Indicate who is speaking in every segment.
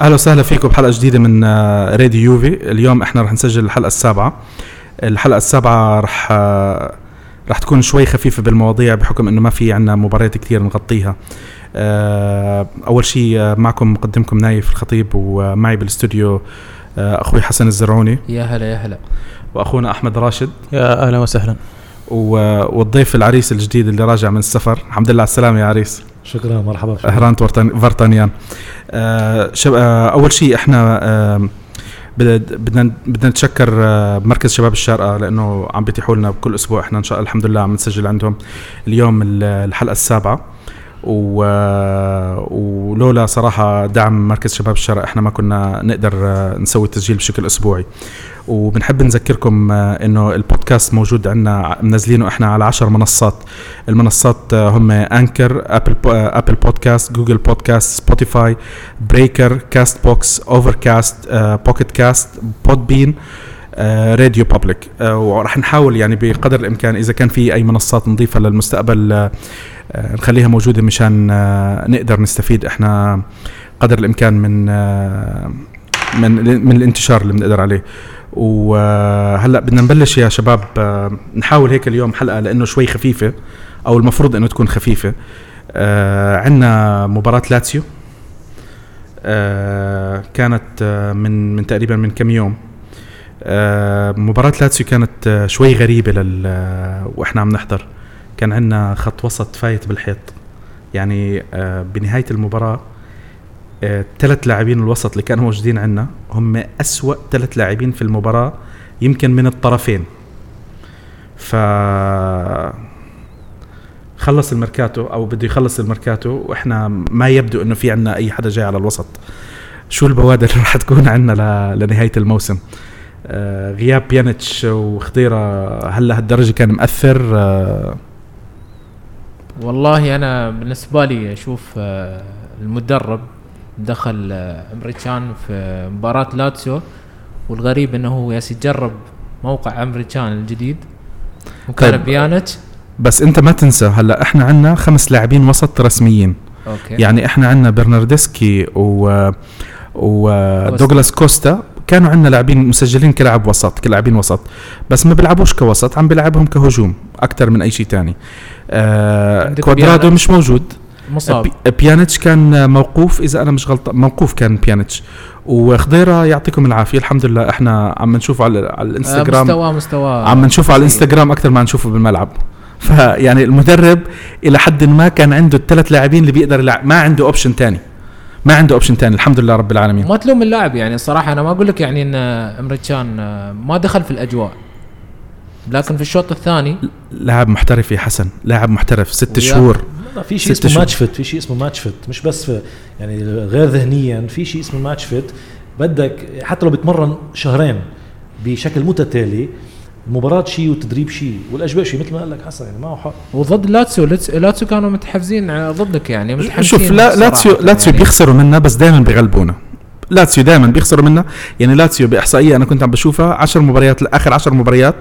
Speaker 1: اهلا وسهلا فيكم بحلقه جديده من آه، راديو يوفي اليوم احنا رح نسجل الحلقه السابعه الحلقه السابعه رح آه، رح تكون شوي خفيفه بالمواضيع بحكم انه ما في عندنا مباريات كثير نغطيها آه، اول شيء آه، معكم مقدمكم نايف الخطيب ومعي بالاستوديو آه، اخوي حسن الزرعوني
Speaker 2: يا هلا يا هلا
Speaker 1: واخونا احمد راشد
Speaker 3: يا اهلا وسهلا
Speaker 1: و- والضيف العريس الجديد اللي راجع من السفر الحمد لله على السلامه يا عريس
Speaker 4: شكرا مرحبا
Speaker 1: هرانت ورتن- فرتانيان آه، شب... آه، اول شيء احنا آه، بد- بدنا بدنا نتشكر آه، مركز شباب الشارقه لانه عم بيتيحوا لنا بكل اسبوع احنا ان شاء الله الحمد لله عم نسجل عندهم اليوم ال- الحلقه السابعه و... آه، ولولا صراحه دعم مركز شباب الشارقه احنا ما كنا نقدر آه، نسوي التسجيل بشكل اسبوعي وبنحب نذكركم آه، انه البودكاست موجود عندنا منزلينه احنا على عشر منصات المنصات آه، هم انكر ابل ابل بودكاست جوجل بودكاست سبوتيفاي بريكر كاست بوكس اوفر كاست بوكيت كاست بود بين راديو بابليك وراح آه، نحاول يعني بقدر الامكان اذا كان في اي منصات نضيفها للمستقبل آه، آه، نخليها موجوده مشان آه، نقدر نستفيد احنا قدر الامكان من آه، من من الانتشار اللي بنقدر عليه وهلا بدنا نبلش يا شباب آه، نحاول هيك اليوم حلقه لانه شوي خفيفه او المفروض انه تكون خفيفه آه عندنا مباراه لاتسيو آه كانت آه من من تقريبا من كم يوم آه مباراة لاتسيو كانت آه شوي غريبة لل آه، واحنا عم نحضر كان عندنا خط وسط فايت بالحيط يعني آه بنهاية المباراة ثلاث لاعبين الوسط اللي كانوا موجودين عندنا هم أسوأ ثلاث لاعبين في المباراة يمكن من الطرفين ف خلص الميركاتو او بده يخلص الميركاتو واحنا ما يبدو انه في عندنا اي حدا جاي على الوسط شو البوادر اللي راح تكون عندنا ل... لنهايه الموسم آه غياب بيانيتش وخضيره هل لهالدرجه كان مأثر آه
Speaker 2: والله انا بالنسبه لي اشوف آه، المدرب دخل آه، امريكان في مباراه لاتسيو والغريب انه هو ياس يجرب موقع امريكان الجديد وكان
Speaker 1: طيب.
Speaker 2: بيانت
Speaker 1: بس انت ما تنسى هلا احنا عندنا خمس لاعبين وسط رسميين
Speaker 2: اوكي
Speaker 1: يعني احنا عندنا برناردسكي و ودوغلاس كوستا كانوا عندنا لاعبين مسجلين كلاعب وسط كلاعبين وسط بس ما بيلعبوش كوسط عم بيلعبهم كهجوم اكثر من اي شيء تاني آه
Speaker 2: عندك
Speaker 1: كوادرادو
Speaker 2: بيانيتش.
Speaker 1: مش موجود
Speaker 2: مصاب آه،
Speaker 1: بي- بيانيتش كان موقوف اذا انا مش غلطان موقوف كان بيانيتش وخضيره يعطيكم العافيه الحمد لله احنا عم نشوفه على, على
Speaker 2: آه،
Speaker 1: الانستغرام
Speaker 2: مستواه مستواه
Speaker 1: عم نشوفه على
Speaker 2: إيه.
Speaker 1: الانستغرام اكثر ما نشوفه بالملعب فيعني المدرب الى حد ما كان عنده الثلاث لاعبين اللي بيقدر يلعب ما عنده اوبشن تاني ما عنده اوبشن تاني الحمد لله رب العالمين
Speaker 2: ما تلوم اللاعب يعني صراحه انا ما اقول لك يعني ان آه، امريكان آه، ما دخل في الاجواء لكن في الشوط الثاني
Speaker 1: لاعب محترف يا حسن لاعب محترف ست
Speaker 2: ويا-
Speaker 1: شهور
Speaker 4: لا، في شيء
Speaker 1: ست
Speaker 4: اسمه
Speaker 1: شهور.
Speaker 4: ماتش فيت في شيء اسمه ماتش فيت مش بس في يعني غير ذهنيا في شيء اسمه ماتش فيت بدك حتى لو بتمرن شهرين بشكل متتالي المباراة شيء والتدريب شيء والاجواء شيء مثل ما قال لك حسن يعني معه حق
Speaker 2: وضد لاتسيو لاتس- لاتسيو كانوا متحفزين آه، ضدك يعني متحمسين
Speaker 1: شوف لا لاتسيو
Speaker 2: صراحة يعني
Speaker 1: لاتسيو بيخسروا منا بس دائما بيغلبونا لاتسيو دائما بيخسروا منا يعني لاتسيو باحصائيه انا كنت عم بشوفها 10 مباريات اخر 10 مباريات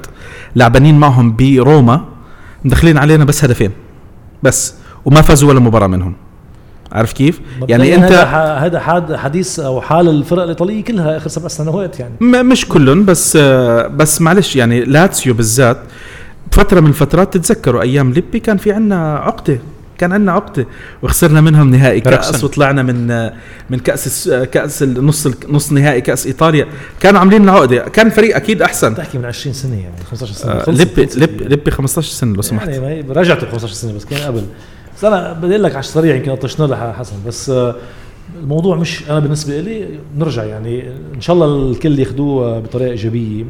Speaker 1: لعبانين معهم بروما مدخلين علينا بس هدفين بس وما فازوا ولا مباراه منهم عارف كيف يعني
Speaker 4: مبدئياً
Speaker 1: انت
Speaker 4: هذا ح- هذا حد حديث او حال الفرق الايطاليه كلها اخر سبع سنوات يعني
Speaker 1: م- مش كلهم بس آه، بس معلش يعني لاتسيو بالذات فترة من الفترات تتذكروا ايام ليبي كان في عنا عقدة كان عنا عقدة وخسرنا منهم نهائي كأس
Speaker 3: ركسن.
Speaker 1: وطلعنا من آه، من كأس الس- آه، كأس النص نص نهائي كأس ايطاليا كانوا عاملين لنا عقدة كان فريق اكيد احسن
Speaker 4: بتحكي من 20 سنه يعني 15 سنه
Speaker 1: آه،
Speaker 4: خلصت-
Speaker 1: ليبي
Speaker 4: خلصت.
Speaker 1: ليبي ليبي 15 سنة لو سمحت
Speaker 4: يعني ما هي رجعت ب 15 سنه بس كان قبل بس انا بدي اقول لك على السريع يمكن طشنا لها حسن بس آه، الموضوع مش انا بالنسبه لي نرجع يعني ان شاء الله الكل آه، ياخذوه بطريقه ايجابيه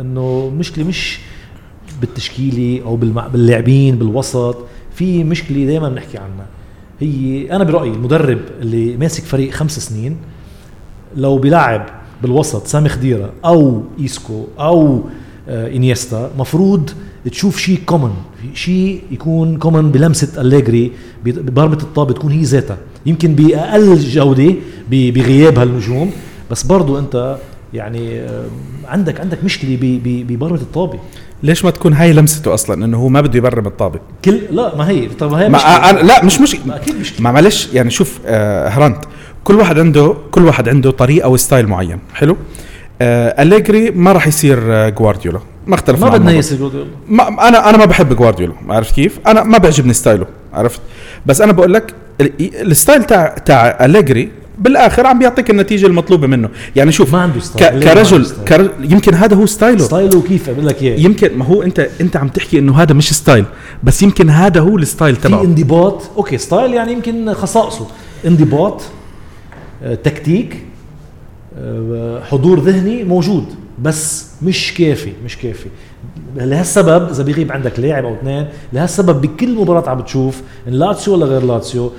Speaker 4: انه المشكله مش بالتشكيلي او بالمع... باللاعبين بالوسط في مشكله دائما بنحكي عنها هي انا برايي المدرب اللي ماسك فريق خمس سنين لو بيلعب بالوسط سامي خضيره او ايسكو او آه، انيستا مفروض تشوف شيء كومن شيء يكون كومن بلمسه اليجري بضربه الطابه تكون هي ذاتها يمكن باقل جوده ب- بغياب هالنجوم بس برضو انت يعني آه، عندك عندك مشكله ب- ب- بضربه الطابه
Speaker 1: ليش ما تكون هاي لمسته اصلا انه هو ما بده يبرم الطابة
Speaker 4: كل لا ما هي طب ما هي
Speaker 1: ما
Speaker 4: مشكله
Speaker 1: أنا لا مش مش
Speaker 4: ما اكيد مشكله
Speaker 1: ما معلش يعني شوف آه هرنت كل واحد عنده كل واحد عنده طريقه وستايل معين حلو آه أليجري ما راح يصير آه، جوارديولا ما اختلفنا
Speaker 4: ما
Speaker 1: عن
Speaker 4: بدنا
Speaker 1: الموضوع.
Speaker 4: يصير جوارديولا
Speaker 1: ما انا انا ما بحب جوارديولا عرفت كيف؟ انا ما بيعجبني ستايله عرفت؟ بس انا بقول لك ال- الستايل تاع تاع أليجري بالاخر عم بيعطيك النتيجه المطلوبه منه، يعني شوف
Speaker 4: ما عنده
Speaker 1: ك-
Speaker 4: ستايل
Speaker 1: كرجل كرجل- يمكن هذا هو ستايله
Speaker 4: ستايله كيف اقول لك اياه
Speaker 1: يمكن ما هو انت انت عم تحكي انه هذا مش ستايل بس يمكن هذا هو الستايل
Speaker 4: في
Speaker 1: تبعه
Speaker 4: انضباط اوكي ستايل يعني يمكن خصائصه انضباط آه، تكتيك آه، حضور ذهني موجود بس مش كافي مش كافي لهالسبب اذا بيغيب عندك لاعب او اثنين لهالسبب بكل مباراه عم بتشوف إن لاتسيو ولا غير لاتسيو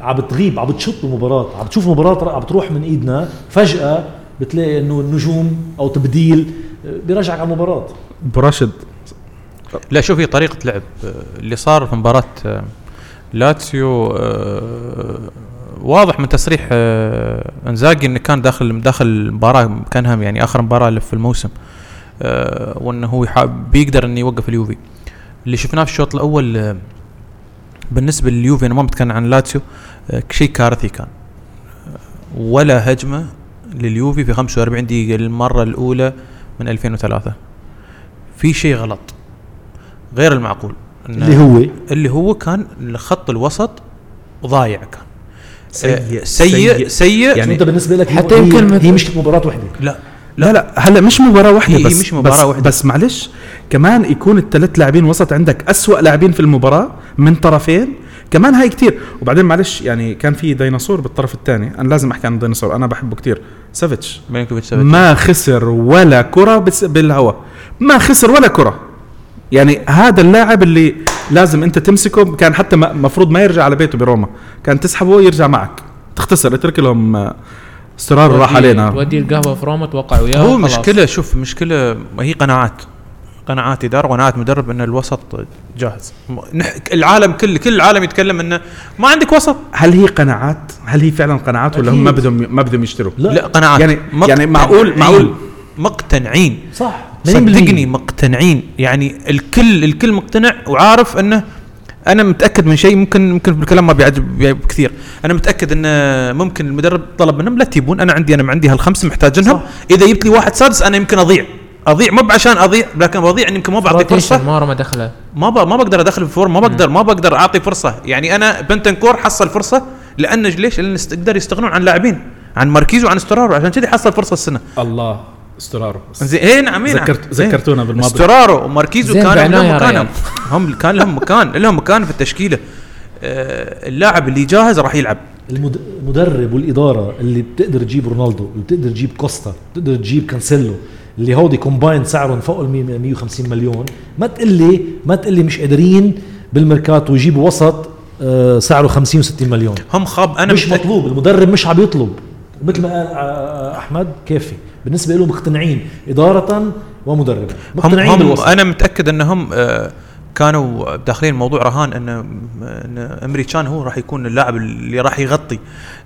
Speaker 4: عم بتغيب عم بتشط المباراه عم بتشوف مباراه عم بتروح من ايدنا فجاه بتلاقي انه النجوم او تبديل آه، برجعك على المباراه
Speaker 1: ابو راشد
Speaker 3: لا شوف هي طريقه لعب آه، اللي صار في مباراه آه، لاتسيو آه، واضح من تصريح آه، انزاجي انه كان داخل داخل المباراه كانها يعني اخر مباراه له في الموسم آه، وانه هو يحا- بيقدر انه يوقف اليوفي اللي شفناه في الشوط الاول آه، بالنسبه لليوفي انا ما بتكلم عن لاتسيو آه، شيء كارثي كان آه، ولا هجمه لليوفي في 45 دقيقه للمره الاولى من 2003 في شيء غلط غير المعقول إن-
Speaker 2: نعم.
Speaker 4: اللي هو
Speaker 3: اللي هو كان خط الوسط ضايع كان
Speaker 1: سيء-
Speaker 3: آه، سيء
Speaker 1: سيء.
Speaker 3: سيء
Speaker 1: يعني
Speaker 4: يعني انت بالنسبه لك
Speaker 2: حتى
Speaker 4: هي-
Speaker 2: يمكن مثل-
Speaker 4: هي مش مباراه وحده
Speaker 3: لا
Speaker 1: لا لا هلا مش مباراه واحده
Speaker 3: هي- هي
Speaker 1: بس
Speaker 3: إيه، مش مباراة
Speaker 1: بس
Speaker 3: واحدة.
Speaker 1: بس معلش كمان يكون الثلاث لاعبين وسط عندك أسوأ لاعبين في المباراه من طرفين كمان هاي كتير وبعدين معلش يعني كان في ديناصور بالطرف الثاني انا لازم احكي عن الديناصور انا بحبه كتير سافيتش
Speaker 3: ميلينكوفيتش سافيتش.
Speaker 1: ما خسر ولا كره بس- بالهواء ما خسر ولا كره يعني هذا اللاعب اللي لازم انت تمسكه كان حتى المفروض ما يرجع على بيته بروما كان تسحبه يرجع معك تختصر اترك لهم آه، استرار راح
Speaker 2: تودي-
Speaker 1: علينا
Speaker 2: تودي القهوه في روما توقع وياها
Speaker 3: هو
Speaker 2: وخلاص.
Speaker 3: مشكله شوف مشكله هي قناعات قناعات اداره وقناعات مدرب ان الوسط جاهز نح- العالم كل كل العالم يتكلم انه ما عندك وسط
Speaker 1: هل هي قناعات؟ هل هي فعلا قناعات ولا هم ما بدهم ما بدهم يشتروا؟
Speaker 4: لا.
Speaker 3: لا قناعات
Speaker 1: يعني- يعني معقول- معقول.
Speaker 3: مقتنعين
Speaker 4: صح
Speaker 3: صدقني مقتنعين يعني الكل الكل مقتنع وعارف انه انا متاكد من شيء ممكن ممكن بالكلام ما بيعجب بيعجب كثير انا متاكد انه ممكن المدرب طلب منهم لا تجيبون انا عندي انا عندي هالخمسه محتاجينهم اذا جبت لي واحد سادس انا يمكن اضيع اضيع مو عشان اضيع لكن بضيع إن يمكن ما بعطي
Speaker 2: روتيشن
Speaker 3: فرصه
Speaker 2: ما رمى دخله
Speaker 3: ما ب... ما بقدر ادخل في فورم ما بقدر ما بقدر اعطي فرصه يعني انا بنتنكور حصل فرصه لان ليش؟ لان است- قدر يستغنون عن لاعبين عن ماركيزو عن استرارو عشان كذي حصل فرصه السنه
Speaker 1: الله استراره
Speaker 3: زين اي نعم إيه نعم.
Speaker 1: ذكرت
Speaker 3: إيه.
Speaker 1: ذكرتونا بالماضي
Speaker 3: استرارو وماركيزو
Speaker 2: زين
Speaker 3: كانوا
Speaker 2: بعناية
Speaker 3: لهم
Speaker 2: يا
Speaker 3: مكانهم
Speaker 2: ريال.
Speaker 3: هم كان لهم مكان لهم مكان في التشكيله آه، اللاعب اللي جاهز راح يلعب
Speaker 4: المد- المدرب والاداره اللي بتقدر تجيب رونالدو اللي بتقدر تجيب كوستا بتقدر تجيب كانسيلو اللي هودي كومباين سعرهم فوق ال 100 150 مليون ما تقول لي ما تقول لي مش قادرين بالميركاتو يجيبوا وسط آه، سعره 50 و60 مليون
Speaker 3: هم خاب انا
Speaker 4: انا مش
Speaker 3: متأكد-
Speaker 4: مطلوب المدرب مش عم يطلب مثل ما قال آه، احمد كافي بالنسبه له مقتنعين اداره ومدربا
Speaker 3: هم,
Speaker 4: مقتنعين
Speaker 3: هم
Speaker 4: بالوسط
Speaker 3: انا متاكد انهم آه، كانوا داخلين موضوع رهان ان ان امريكان هو راح يكون اللاعب اللي راح يغطي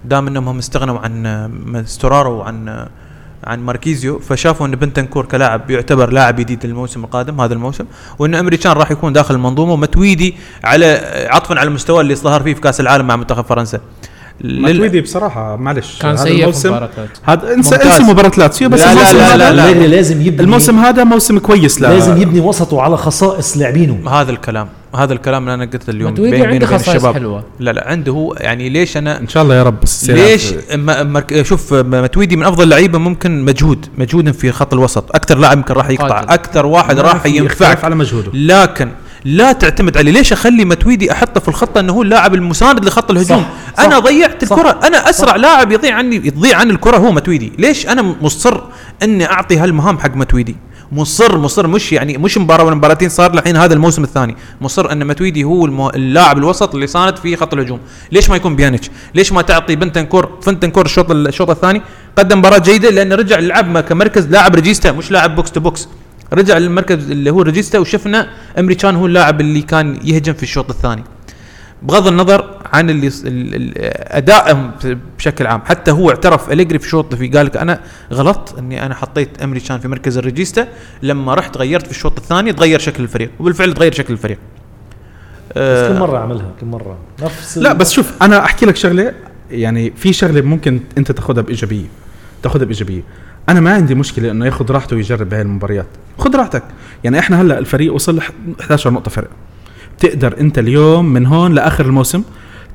Speaker 3: دام انهم هم استغنوا عن آه، استرارو وعن آه، عن ماركيزيو فشافوا ان بنتنكور كلاعب يعتبر لاعب جديد الموسم القادم هذا الموسم وان امريكان راح يكون داخل المنظومه متويدي على عطفا على المستوى اللي ظهر فيه في كاس العالم مع منتخب فرنسا لل-
Speaker 1: ماتويدي بصراحه معلش
Speaker 2: كان
Speaker 1: هذا
Speaker 2: سيء في
Speaker 1: الموسم-
Speaker 2: مباراه لاتسيو.
Speaker 1: هذا انسى
Speaker 3: ممتاز.
Speaker 1: انسى مباراه لاتسيو بس
Speaker 3: لا، لا،
Speaker 1: الموسم
Speaker 3: لا،
Speaker 1: هذا
Speaker 3: لا، لا.
Speaker 4: أليجري لازم يبني
Speaker 1: الموسم هذا موسم كويس لا
Speaker 4: لازم يبني وسطه على خصائص لاعبينه
Speaker 3: هذا الكلام هذا الكلام اللي انا قلته اليوم
Speaker 2: متويدي
Speaker 3: بيني
Speaker 2: عنده
Speaker 3: وبين
Speaker 2: خصائص
Speaker 3: الشباب.
Speaker 2: حلوة.
Speaker 3: لا لا عنده هو يعني ليش انا
Speaker 1: ان شاء الله يا رب بس السيارات-
Speaker 3: ليش ما مرك... شوف ما- متويدي من افضل اللعيبه ممكن مجهود مجهود في خط الوسط اكثر لاعب يمكن راح يقطع
Speaker 2: قاتل.
Speaker 3: اكثر واحد
Speaker 1: ما
Speaker 3: راح
Speaker 1: في اختلاف
Speaker 3: ينفعك
Speaker 1: على مجهوده
Speaker 3: لكن لا تعتمد عليه ليش اخلي متويدي احطه في الخطه انه هو اللاعب المساند لخط الهجوم
Speaker 4: صح،
Speaker 3: انا
Speaker 4: صح،
Speaker 3: ضيعت
Speaker 4: صح،
Speaker 3: الكره انا اسرع لاعب يضيع عني يضيع عن الكره هو متويدي ليش انا مصر اني اعطي هالمهام حق متويدي مصر مصر مش يعني مش مباراه ولا مباراتين صار لحين هذا الموسم الثاني مصر ان متويدي هو المه... اللاعب الوسط اللي صاند في خط الهجوم ليش ما يكون بيانيتش ليش ما تعطي بنتنكور فنتنكور الشوط الشوط الثاني قدم مباراه جيده لانه رجع لعب ما- كمركز لاعب ريجيستا مش لاعب بوكس تو بوكس رجع للمركز اللي هو ريجيستا وشفنا امريكان هو اللاعب اللي كان يهجم في الشوط الثاني بغض النظر عن اللي ال- ال- ادائهم بشكل عام حتى هو اعترف اليجري في شوط في قال لك انا غلطت اني انا حطيت امري كان في مركز الريجيستا لما رحت غيرت في الشوط الثاني تغير شكل الفريق وبالفعل تغير شكل الفريق
Speaker 4: بس كم
Speaker 3: آه
Speaker 4: مره عملها كم مره نفس
Speaker 1: لا
Speaker 4: ال-
Speaker 3: طيب.
Speaker 1: بس شوف انا احكي لك شغله يعني في شغله ممكن انت تاخذها بايجابيه تاخذها بايجابيه انا ما عندي مشكله انه ياخذ راحته ويجرب بهاي المباريات خذ راحتك يعني احنا هلا الفريق وصل لح- 11 نقطه فرق بتقدر انت اليوم من هون لاخر الموسم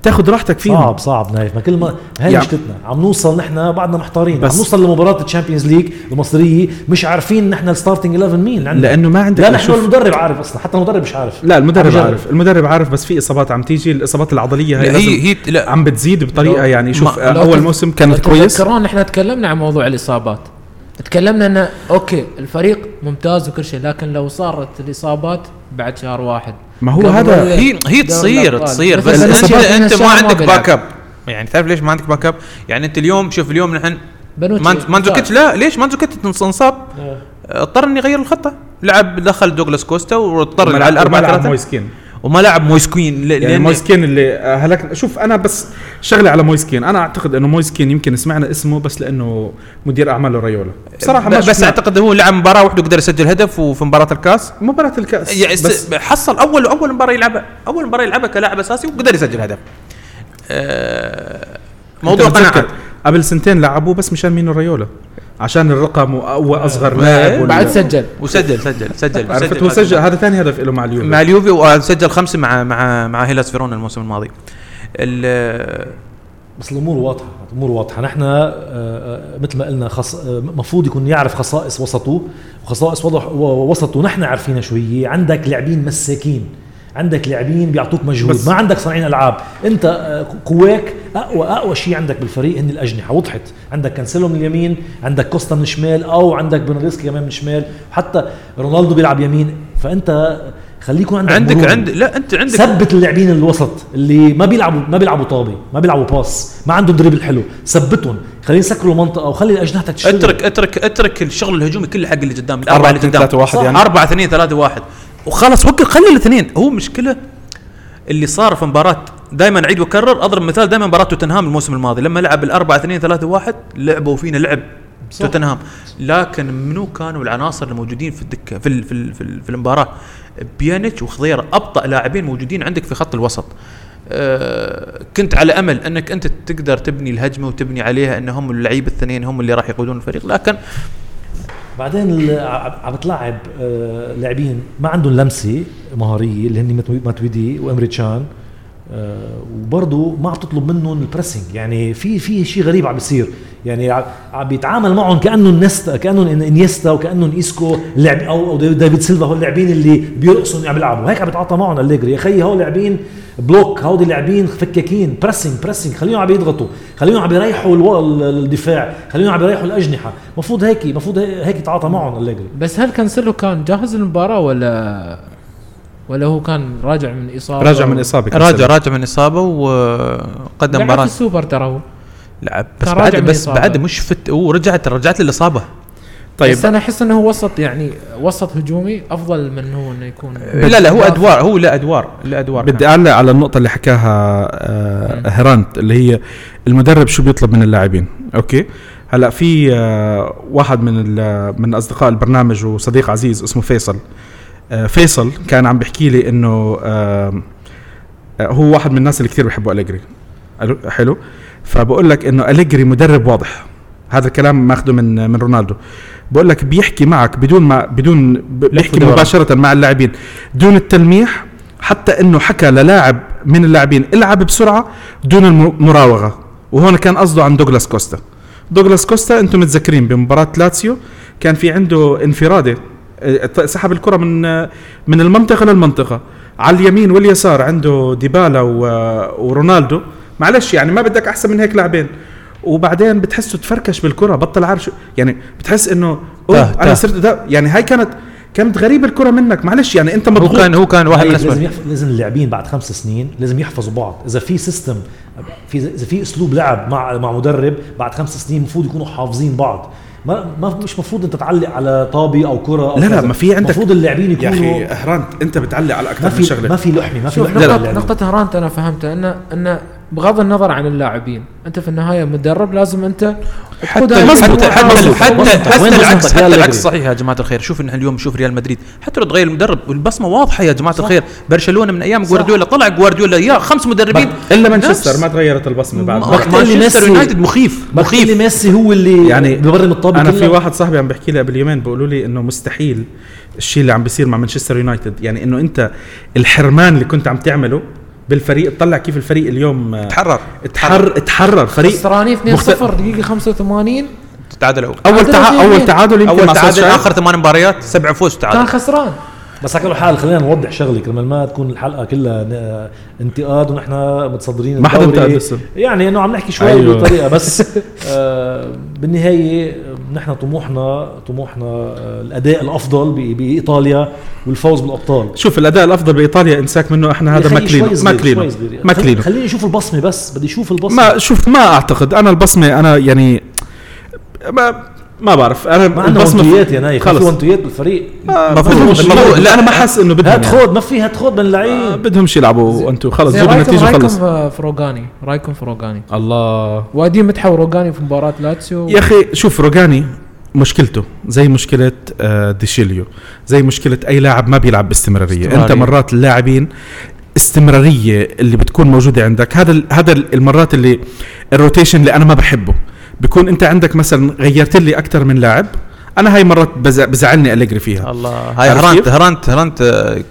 Speaker 1: تاخذ راحتك فيهم
Speaker 3: آه،
Speaker 4: صعب صعب نايف ما كل ما هاي
Speaker 1: يعني-
Speaker 4: مشكلتنا عم نوصل نحن بعدنا محتارين
Speaker 1: بس-
Speaker 4: عم نوصل لمباراه الشامبيونز ليج المصريه مش عارفين نحن الستارتنج 11 مين اللي عندنا
Speaker 1: لانه ما عندك
Speaker 4: لا نحن
Speaker 1: شوف-
Speaker 4: المدرب عارف اصلا حتى المدرب مش عارف
Speaker 1: لا
Speaker 4: عم
Speaker 1: المدرب
Speaker 4: بجرب.
Speaker 1: عارف المدرب عارف بس في اصابات عم تيجي الاصابات العضليه هي,
Speaker 3: لا، هي
Speaker 1: لازم
Speaker 3: هي لا
Speaker 1: عم بتزيد بطريقه
Speaker 4: لو-
Speaker 1: يعني شوف
Speaker 3: ما-
Speaker 2: لو
Speaker 1: اول
Speaker 2: تت-
Speaker 1: موسم كانت
Speaker 2: لو
Speaker 1: كويس
Speaker 2: تتذكرون احنا تكلمنا عن موضوع الاصابات تكلمنا انه اوكي الفريق ممتاز وكل شيء لكن لو صارت الاصابات بعد شهر واحد
Speaker 1: ما هو
Speaker 2: قبل
Speaker 1: هذا
Speaker 3: هي هي
Speaker 2: دوري
Speaker 3: تصير
Speaker 2: الأبطال.
Speaker 3: تصير
Speaker 2: مثل
Speaker 3: بس
Speaker 2: الأندية
Speaker 3: المشكله
Speaker 2: اللي
Speaker 3: انت ما
Speaker 2: الشهر
Speaker 3: عندك
Speaker 2: بيلعب.
Speaker 3: باك اب يعني تعرف ليش ما عندك باك اب؟ يعني انت اليوم شوف اليوم نحن
Speaker 2: بنوتشي
Speaker 3: مانز- مانزوكيتش لا ليش مانزوكيتش انصاب
Speaker 4: آه.
Speaker 3: اضطر اني اغير الخطه لعب دخل دوغلاس كوستا واضطر
Speaker 1: وما
Speaker 3: على
Speaker 1: لعب-
Speaker 3: الاربع
Speaker 1: وما لعب
Speaker 3: ثلاثه
Speaker 1: مويسكين
Speaker 3: وما لعب مويسكوين ل-
Speaker 1: يعني
Speaker 3: لأن-
Speaker 1: مويسكين اللي آه، هلك شوف انا بس شغله على مويسكين انا اعتقد انه مويسكين يمكن سمعنا اسمه بس لانه مدير اعماله ريولا بصراحه ما
Speaker 3: ب- بس
Speaker 1: شفنا
Speaker 3: اعتقد هو لعب مباراه واحده وقدر يسجل هدف وفي مباراه الكاس
Speaker 1: مباراه الكاس
Speaker 3: يعني است-
Speaker 1: بس
Speaker 3: حصل اول اول مباراه يلعبها اول مباراه يلعبها كلاعب اساسي وقدر يسجل هدف آه، موضوع
Speaker 1: أنت بتذكر
Speaker 3: قناعه
Speaker 1: قبل سنتين لعبوه بس مشان مينو ريولا عشان الرقم واول اصغر لاعب وال-
Speaker 2: بعد سجل
Speaker 3: وسجل إيه، سجل سجل
Speaker 1: عرفت هو سجل هذا ثاني هدف له مع اليوفي
Speaker 3: مع اليوفي وسجل خمسه مع مع مع هيلاس فيرونا الموسم الماضي ال-
Speaker 4: بس الامور واضحه الامور واضحه نحن آه، آه، مثل ما قلنا خص... آه، مفروض يكون يعرف خصائص وسطه وخصائص وضح و- وسطه نحن عارفينها شو هي عندك لاعبين مساكين عندك لاعبين بيعطوك مجهود
Speaker 1: بس-
Speaker 4: ما عندك صانعين العاب انت آه، قواك اقوى اقوى شيء عندك بالفريق هن الاجنحه وضحت عندك كانسيلو من اليمين عندك كوستا من الشمال او عندك بنريسكي كمان من الشمال وحتى رونالدو بيلعب يمين فانت خليه يكون عندك
Speaker 3: عندك
Speaker 4: مرونة.
Speaker 3: عند لا انت عندك
Speaker 4: ثبت اللاعبين الوسط اللي ما بيلعبوا ما بيلعبوا طابه ما بيلعبوا باس ما عندهم دريبل حلو ثبتهم خليه يسكروا منطقه وخلي اجنحتك تشتغل
Speaker 3: اترك اترك اترك الشغل الهجومي كله حق اللي قدام الاربعه اللي
Speaker 1: اتنين،
Speaker 3: قدام
Speaker 1: تلاتة، واحد
Speaker 3: صح.
Speaker 1: يعني.
Speaker 3: اربعه اثنين ثلاثه واحد وخلاص وكل خلي الاثنين هو مشكله اللي صار في مباراه دائما اعيد واكرر اضرب مثال دائما مباراه توتنهام الموسم الماضي لما لعب الاربعه اثنين ثلاثه واحد لعبوا فينا لعب
Speaker 4: صح.
Speaker 3: توتنهام لكن منو كانوا العناصر الموجودين في الدكه في ال- في ال- في, ال- في المباراه بيانيتش وخضيره ابطا لاعبين موجودين عندك في خط الوسط آه، كنت على امل انك انت تقدر تبني الهجمه وتبني عليها ان هم اللعيبه الاثنين هم اللي راح يقودون الفريق لكن
Speaker 4: بعدين ال- ع- عم بتلاعب آه، لاعبين ما عندهم لمسه مهاريه اللي هن متو- ماتويدي وامري تشان آه، وبرضه ما عم تطلب منهم البريسنج يعني في في شيء غريب عم بيصير يعني ع- عم بيتعامل معهم كانهم نستا كانهم إن- انيستا وكانهم ايسكو لعب او او دافيد سيلفا هول اللاعبين اللي بيرقصوا عم بيلعبوا هيك عم بيتعاطى معهم اليجري يا خيي هول لاعبين بلوك هودي لاعبين فكاكين بريسنج بريسنج خليهم عم يضغطوا خليهم عم يريحوا الو- ال- الدفاع خليهم عم يريحوا الاجنحه المفروض هيك المفروض هيك يتعاطى معهم اليجري
Speaker 2: بس هل كانسلو كان جاهز للمباراه ولا ولا هو كان راجع من اصابه
Speaker 1: راجع من اصابه
Speaker 3: راجع راجع من اصابه وقدم
Speaker 2: لعب في
Speaker 3: مباراه
Speaker 2: السوبر ترى هو
Speaker 3: لعب بس
Speaker 2: كان راجع
Speaker 3: بعد
Speaker 2: من
Speaker 3: بس
Speaker 2: الإصابة.
Speaker 3: بعد مش فت ورجعت رجعت للاصابه
Speaker 1: طيب
Speaker 2: بس انا احس انه هو وسط يعني وسط هجومي افضل من هو انه يكون
Speaker 3: لا لا هو ادوار هو لا ادوار لا ادوار
Speaker 1: بدي اعلق على النقطه اللي حكاها آه، هرانت اللي هي المدرب شو بيطلب من اللاعبين اوكي هلا في آه، واحد من ال- من اصدقاء البرنامج وصديق عزيز اسمه فيصل آه، فيصل كان عم بيحكي لي انه آم، آه، هو واحد من الناس اللي كثير بحبوا اليجري ألو- حلو فبقول لك انه اليجري مدرب واضح هذا الكلام ماخده من من رونالدو بقول لك بيحكي معك بدون ما بدون ب- بيحكي
Speaker 3: ودوران.
Speaker 1: مباشره مع اللاعبين دون التلميح حتى انه حكى للاعب من اللاعبين العب بسرعه دون المراوغه وهون كان قصده عن دوغلاس كوستا دوغلاس كوستا انتم متذكرين بمباراه لاتسيو كان في عنده انفراده اه، ط- سحب الكره من اه، من المنطقه للمنطقه على اليمين واليسار عنده ديبالا و- آه، ورونالدو معلش يعني ما بدك احسن من هيك لاعبين وبعدين بتحسه تفركش بالكره بطل عارف شو يعني بتحس انه اوه
Speaker 3: تاه- تاه.
Speaker 1: انا صرت ده يعني هاي كانت كانت غريبه الكره منك معلش يعني انت
Speaker 3: هو
Speaker 1: مضغوط إيه،
Speaker 3: كان هو كان واحد من
Speaker 4: هاي أيوة، لازم
Speaker 3: الاسباب
Speaker 4: يحف... لازم اللاعبين بعد خمس سنين لازم يحفظوا بعض اذا في سيستم في اذا في اسلوب لعب مع مع مدرب بعد خمس سنين المفروض يكونوا حافظين بعض ما, ما مش مفروض انت تعلق على طابي او كره أو
Speaker 1: لا، لا،
Speaker 4: كذا.
Speaker 1: ما في عندك-
Speaker 4: مفروض اللاعبين
Speaker 1: يا
Speaker 4: يكونوا
Speaker 1: اخي اهرانت انت إيه، بتعلق على اكثر
Speaker 4: ما
Speaker 1: من
Speaker 4: في
Speaker 1: شغله
Speaker 4: ما في لحمه ما في
Speaker 2: شوف
Speaker 4: لحمه
Speaker 2: نقطة
Speaker 4: لللاعبين.
Speaker 2: نقطة هرانت انا فهمتها انه انه بغض النظر عن اللاعبين انت في النهايه مدرب لازم انت
Speaker 3: حتى
Speaker 2: تقودها للجوع.
Speaker 3: حتى حتى
Speaker 4: مصلحة.
Speaker 3: حتى,
Speaker 4: مصلحة. وين
Speaker 3: حتى العكس
Speaker 4: مصلحة؟
Speaker 3: حتى
Speaker 4: ريال
Speaker 3: العكس
Speaker 4: مدريد.
Speaker 3: صحيح يا جماعه الخير شوف نحن اليوم نشوف ريال مدريد حتى لو تغير المدرب والبصمه واضحه يا جماعه الخير برشلونه من ايام جوارديولا طلع جوارديولا يا خمس مدربين
Speaker 1: الا
Speaker 3: نفس-
Speaker 1: مانشستر ما تغيرت البصمه بعد
Speaker 4: وقت اللي
Speaker 3: مانشستر
Speaker 4: ميسي-
Speaker 3: يونايتد مخيف
Speaker 4: مخيف
Speaker 3: مخيف
Speaker 4: ميسي هو اللي
Speaker 1: يعني
Speaker 4: يعني ببرم الطابه
Speaker 1: انا في
Speaker 4: كلها.
Speaker 1: واحد صاحبي عم بحكي لي قبل يومين بيقولوا لي انه مستحيل الشيء اللي عم بيصير مع مانشستر يونايتد يعني انه انت الحرمان اللي كنت عم تعمله بالفريق طلع كيف الفريق اليوم آه،
Speaker 3: تحرر
Speaker 1: تحر تحرر فريق
Speaker 2: خسرانين 2-0
Speaker 1: مخت-
Speaker 2: دقيقه 85
Speaker 3: تعادلوا
Speaker 1: اول
Speaker 2: تعادل
Speaker 1: تع... اول
Speaker 2: جميل.
Speaker 1: تعادل يمكن
Speaker 3: اول
Speaker 1: مع
Speaker 3: تعادل
Speaker 1: سولشاير.
Speaker 3: اخر ثمان مباريات سبع فوز
Speaker 2: كان
Speaker 3: تعادل
Speaker 2: خسران
Speaker 4: بس على كل حال خلينا نوضح شغله كرمال ما تكون الحلقه كلها ن- انتقاد ونحن متصدرين
Speaker 1: ما حدا
Speaker 4: الدوري.
Speaker 1: انتقد لسه.
Speaker 4: يعني انه عم نحكي شوي
Speaker 1: أيوة.
Speaker 4: أيوه. بطريقه بس آه بالنهايه نحن طموحنا طموحنا آه الاداء الافضل ب- بايطاليا والفوز بالابطال
Speaker 1: شوف الاداء الافضل بايطاليا انساك منه احنا هذا
Speaker 4: خليه
Speaker 1: ما
Speaker 4: شوي
Speaker 1: كلينو ما
Speaker 4: صغير، شوي
Speaker 1: كلينو
Speaker 4: صغير.
Speaker 1: ما
Speaker 4: خل-
Speaker 1: كلينو
Speaker 4: خليني اشوف البصمه بس بدي اشوف البصمه
Speaker 1: ما شوف ما اعتقد انا البصمه انا يعني ما ما بعرف انا
Speaker 4: ما عندنا وانتويات يا نايف خلص في
Speaker 1: خلص آه،
Speaker 4: وانتويات بالفريق
Speaker 1: المفروض المفروض- لا انا ما حاسس انه بدهم
Speaker 4: هات
Speaker 1: يعني.
Speaker 4: خود ما في هات خود من
Speaker 1: آه،
Speaker 4: اللعيب
Speaker 1: بدهم شي يلعبوا انتم خلص
Speaker 2: زي
Speaker 1: جيبوا
Speaker 2: رايكم
Speaker 1: النتيجه
Speaker 2: رايكم
Speaker 1: وخلص
Speaker 2: في فروغاني رايكم في فروغاني
Speaker 1: الله
Speaker 2: واديم متحو روغاني في مباراه لاتسيو
Speaker 1: يا اخي شوف روجاني مشكلته زي مشكله آه، ديشيليو زي مشكله اي لاعب ما بيلعب باستمراريه انت
Speaker 3: استمرارية.
Speaker 1: مرات اللاعبين استمراريه اللي بتكون موجوده عندك هذا ال- هذا ال- المرات اللي الروتيشن اللي انا ما بحبه بيكون انت عندك مثلا غيرت لي اكثر من لاعب انا هاي مرات بزع- بزعلني الجري فيها
Speaker 3: الله هاي
Speaker 1: عرفت
Speaker 3: هرانت
Speaker 1: كيف؟
Speaker 3: هرانت هرانت آه،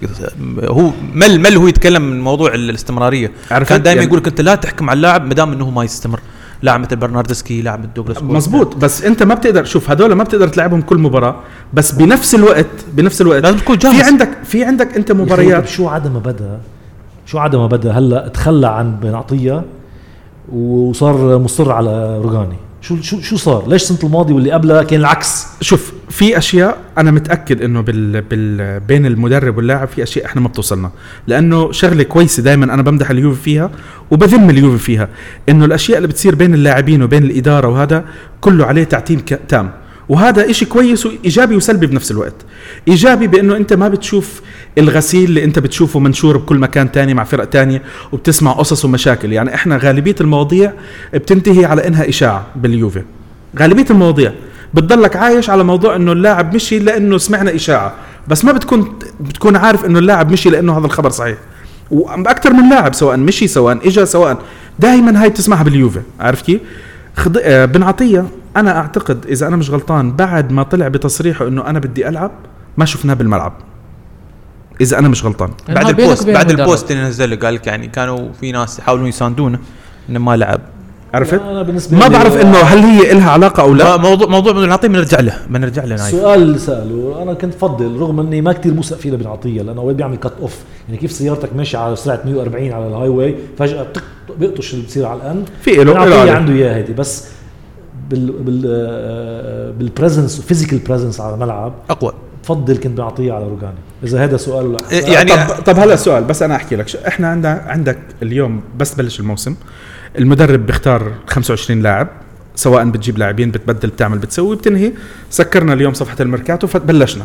Speaker 3: هو مل مل هو يتكلم من موضوع الاستمراريه
Speaker 1: عرفت؟
Speaker 3: كان دائما
Speaker 1: يعني-
Speaker 3: يقول لك انت لا تحكم على اللاعب ما دام انه ما يستمر لاعب مثل برناردسكي لاعب مثل دوغلاس كوستا.
Speaker 1: مزبوط بس انت ما بتقدر شوف هدول ما بتقدر تلعبهم كل مباراه بس بنفس الوقت بنفس الوقت
Speaker 3: لازم تكون
Speaker 1: في
Speaker 3: جاهز
Speaker 1: عندك في عندك انت
Speaker 4: يا أخي
Speaker 1: مباريات
Speaker 4: شو عدم بدا شو عدم بدا هلا تخلى عن بن عطيه وصار مصر على روجاني شو شو شو صار؟ ليش السنه الماضي واللي قبلها كان العكس؟
Speaker 1: شوف في اشياء انا متاكد انه بال... بال... بين المدرب واللاعب في اشياء احنا ما بتوصلنا لانه شغله كويسه دائما انا بمدح اليوفي فيها وبذم اليوفي فيها انه الاشياء اللي بتصير بين اللاعبين وبين الاداره وهذا كله عليه تعتيم ك... تام وهذا إشي كويس وإيجابي وسلبي بنفس الوقت إيجابي بأنه أنت ما بتشوف الغسيل اللي أنت بتشوفه منشور بكل مكان تاني مع فرق تانية وبتسمع قصص ومشاكل يعني إحنا غالبية المواضيع بتنتهي على إنها إشاعة باليوفي غالبية المواضيع بتضلك عايش على موضوع انه اللاعب مشي لانه سمعنا اشاعه بس ما بتكون بتكون عارف انه اللاعب مشي لانه هذا الخبر صحيح واكثر من لاعب سواء مشي سواء اجى سواء دائما هاي بتسمعها باليوفي عارف كيف خض... آه، بن عطيه انا اعتقد اذا انا مش غلطان بعد ما طلع بتصريحه انه انا بدي العب ما شفناه بالملعب اذا انا مش غلطان
Speaker 2: لأن
Speaker 3: بعد
Speaker 2: هو بينك
Speaker 3: البوست
Speaker 2: وبين
Speaker 3: بعد
Speaker 2: المدرب.
Speaker 3: البوست اللي نزله قال لك يعني كانوا في ناس يحاولون يساندونه انه ما لعب
Speaker 1: عرفت
Speaker 4: أنا يعني بالنسبة
Speaker 1: ما
Speaker 4: لي-
Speaker 1: بعرف انه هل هي إلها علاقه او لا
Speaker 3: لا آه، موضوع موضوع بن عطيه بنرجع له بنرجع له نايف
Speaker 4: السؤال اللي ساله انا كنت بفضل رغم اني ما كثير موثق فيه لابن عطيه لانه اوقات بيعمل كت اوف يعني كيف سيارتك ماشيه على سرعه 140 على الهاي واي فجاه طق بيقطش اللي بصير على الان
Speaker 1: في إله-
Speaker 4: بن عطية
Speaker 1: إله عليه.
Speaker 4: عنده اياها هيدي بس بال بال آه، بالبرزنس فيزيكال برزنس على الملعب
Speaker 3: اقوى
Speaker 4: بفضل كنت بعطيه على روجاني اذا هذا سؤال ولا
Speaker 3: إيه، يعني
Speaker 1: طب, طب هلا سؤال بس انا احكي لك ش- احنا عندنا عندك اليوم بس بلش الموسم المدرب بيختار 25 لاعب سواء بتجيب لاعبين بتبدل بتعمل بتسوي بتنهي سكرنا اليوم صفحه الميركاتو فبلشنا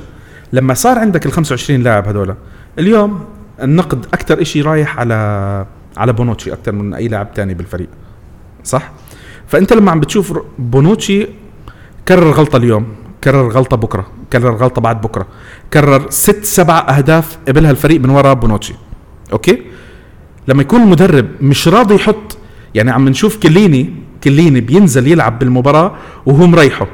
Speaker 1: لما صار عندك ال 25 لاعب هذول اليوم النقد اكثر شيء رايح على على بونوتشي اكثر من اي لاعب تاني بالفريق صح فانت لما عم بتشوف ر- بونوتشي كرر غلطه اليوم كرر غلطه بكره كرر غلطه بعد بكره كرر ست سبع اهداف قبلها الفريق من وراء بونوتشي اوكي لما يكون المدرب مش راضي يحط يعني عم نشوف كليني كليني بينزل يلعب بالمباراه وهو مريحه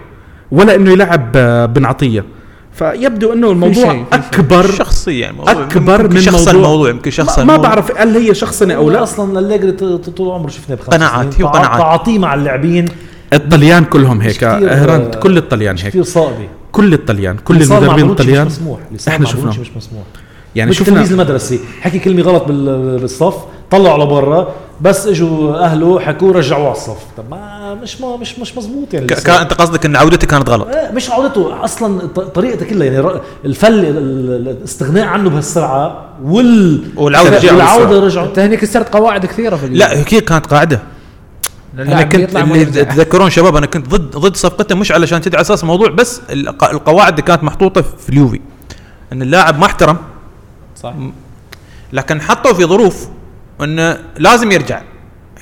Speaker 1: ولا انه يلعب آه، بن عطيه فيبدو انه الموضوع
Speaker 2: شيء- في شيء.
Speaker 1: اكبر
Speaker 3: شخصي يعني موضوع
Speaker 1: أكبر
Speaker 3: يمكن
Speaker 1: من
Speaker 3: شخص
Speaker 1: موضوع-
Speaker 3: الموضوع يمكن شخص
Speaker 1: ما, ما
Speaker 3: الموضوع.
Speaker 1: بعرف هل هي شخصنه او لا
Speaker 4: اصلا اللاجري طول عمره شفناه بخمس
Speaker 3: قناعات،
Speaker 4: سنين.
Speaker 3: هي
Speaker 4: تع-
Speaker 3: قناعات.
Speaker 4: تعاطيه مع اللاعبين
Speaker 1: الطليان كلهم هيك
Speaker 4: كتير،
Speaker 1: هرنت
Speaker 4: آه،
Speaker 1: كل الطليان يعني هيك
Speaker 4: كثير صعبه
Speaker 1: كل الطليان كل
Speaker 4: اللي صار مع
Speaker 1: المدربين
Speaker 4: بونوتشي
Speaker 1: الطليان
Speaker 4: مش مسموح اللي صار
Speaker 1: إحنا
Speaker 4: مع بونوتشي
Speaker 1: شفناه.
Speaker 4: مش مسموح
Speaker 1: يعني
Speaker 4: يعني مثل تلميذ
Speaker 1: شفنا
Speaker 4: المدرسه حكي كلمه غلط بال- بالصف طلعوا على برا بس اجوا اهله حكوه رجعوه على الصف طب ما مش ما مش مش مزبوط يعني
Speaker 3: ك- كان انت قصدك ان عودته كانت غلط
Speaker 4: آه، مش عودته اصلا ط- طريقته كلها يعني ر- الفل ال- ال- الاستغناء عنه بهالسرعه وال
Speaker 3: والعودة رجعوا
Speaker 4: والعوده رجعوا
Speaker 2: انت هني كسرت قواعد كثيره في
Speaker 3: لا هي كانت قاعده انا كنت اللي تذكرون شباب انا كنت ضد ضد صفقته مش علشان تدعي على اساس موضوع بس الق- القواعد اللي كانت محطوطه في اليوفي ان اللاعب ما احترم
Speaker 2: صح
Speaker 3: لكن حطوا في ظروف انه لازم يرجع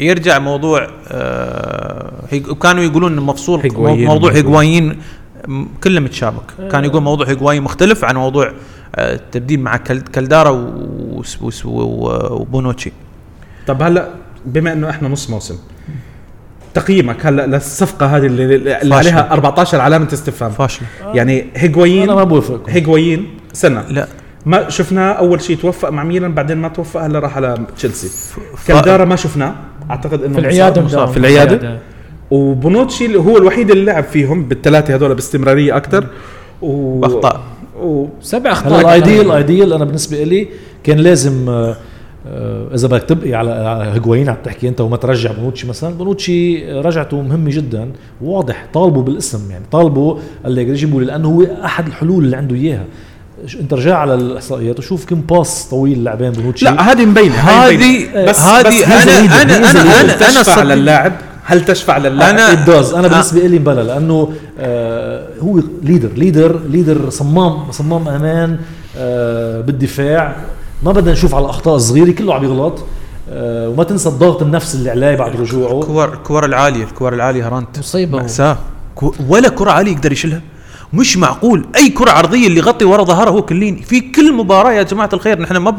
Speaker 3: يرجع موضوع آه هيج- كانوا يقولون إن مفصول آه.
Speaker 1: هيجوايين.
Speaker 3: موضوع هيجوايين م- كله متشابك كان يقول موضوع هيجوايين مختلف عن موضوع آه، التبديل مع كل- كلدارا و- وس- وس- و- وبونوتشي
Speaker 1: طب هلا بما انه احنا نص موسم تقييمك هلا للصفقه هذه اللي, اللي
Speaker 3: فاشلة.
Speaker 1: عليها 14 علامه استفهام
Speaker 3: فاشل
Speaker 1: يعني هيجوايين
Speaker 4: انا ما بوافقكم
Speaker 1: هيجوايين سنه
Speaker 3: لا
Speaker 1: ما شفناه اول شيء توفق مع ميلان بعدين ما توفق هلا راح على تشيلسي كالدارا ما شفناه اعتقد انه
Speaker 2: في العياده
Speaker 1: مصاب-
Speaker 2: مداوم.
Speaker 1: مصاب في العياده وبونوتشي اللي هو الوحيد اللي لعب فيهم بالثلاثه هذول باستمراريه اكثر و...
Speaker 3: أخطاء.
Speaker 1: و...
Speaker 2: سبع
Speaker 4: هلا
Speaker 2: اخطاء
Speaker 4: الايديل ايديل انا بالنسبه لي كان لازم آه، آه، اذا بدك تبقي على على هيغوين عم تحكي انت وما ترجع بونوتشي مثلا بونوتشي رجعته مهمه جدا واضح طالبوا بالاسم يعني طالبوا اللي يجيبوا لانه هو احد الحلول اللي عنده اياها ش- انت رجع على الاحصائيات وشوف كم باص طويل لعبان بونوتشي
Speaker 1: لا هذه مبينه هاي
Speaker 3: هذه
Speaker 1: مبينة. بس
Speaker 3: هذه
Speaker 1: بس
Speaker 3: انا
Speaker 1: هل
Speaker 3: انا انا انا
Speaker 1: هل
Speaker 3: انا
Speaker 1: تشفع
Speaker 3: صدق-
Speaker 1: للاعب هل تشفع إيه، للاعب
Speaker 3: أنا-
Speaker 4: الدوز انا
Speaker 3: آه.
Speaker 4: بالنسبه لي مبلا لانه آه هو ليدر ليدر ليدر صمام صمام امان آه بالدفاع ما بدنا نشوف على الاخطاء الصغيره كله عم يغلط آه وما تنسى الضغط النفسي اللي عليه بعد رجوعه
Speaker 3: الكور الكور العاليه الكور العاليه هرانت
Speaker 2: مصيبة.
Speaker 3: مأساة كو- ولا كره عاليه يقدر يشيلها مش معقول اي كره عرضيه اللي يغطي ورا ظهره هو كليني في كل مباراه يا جماعه الخير نحن ما ب...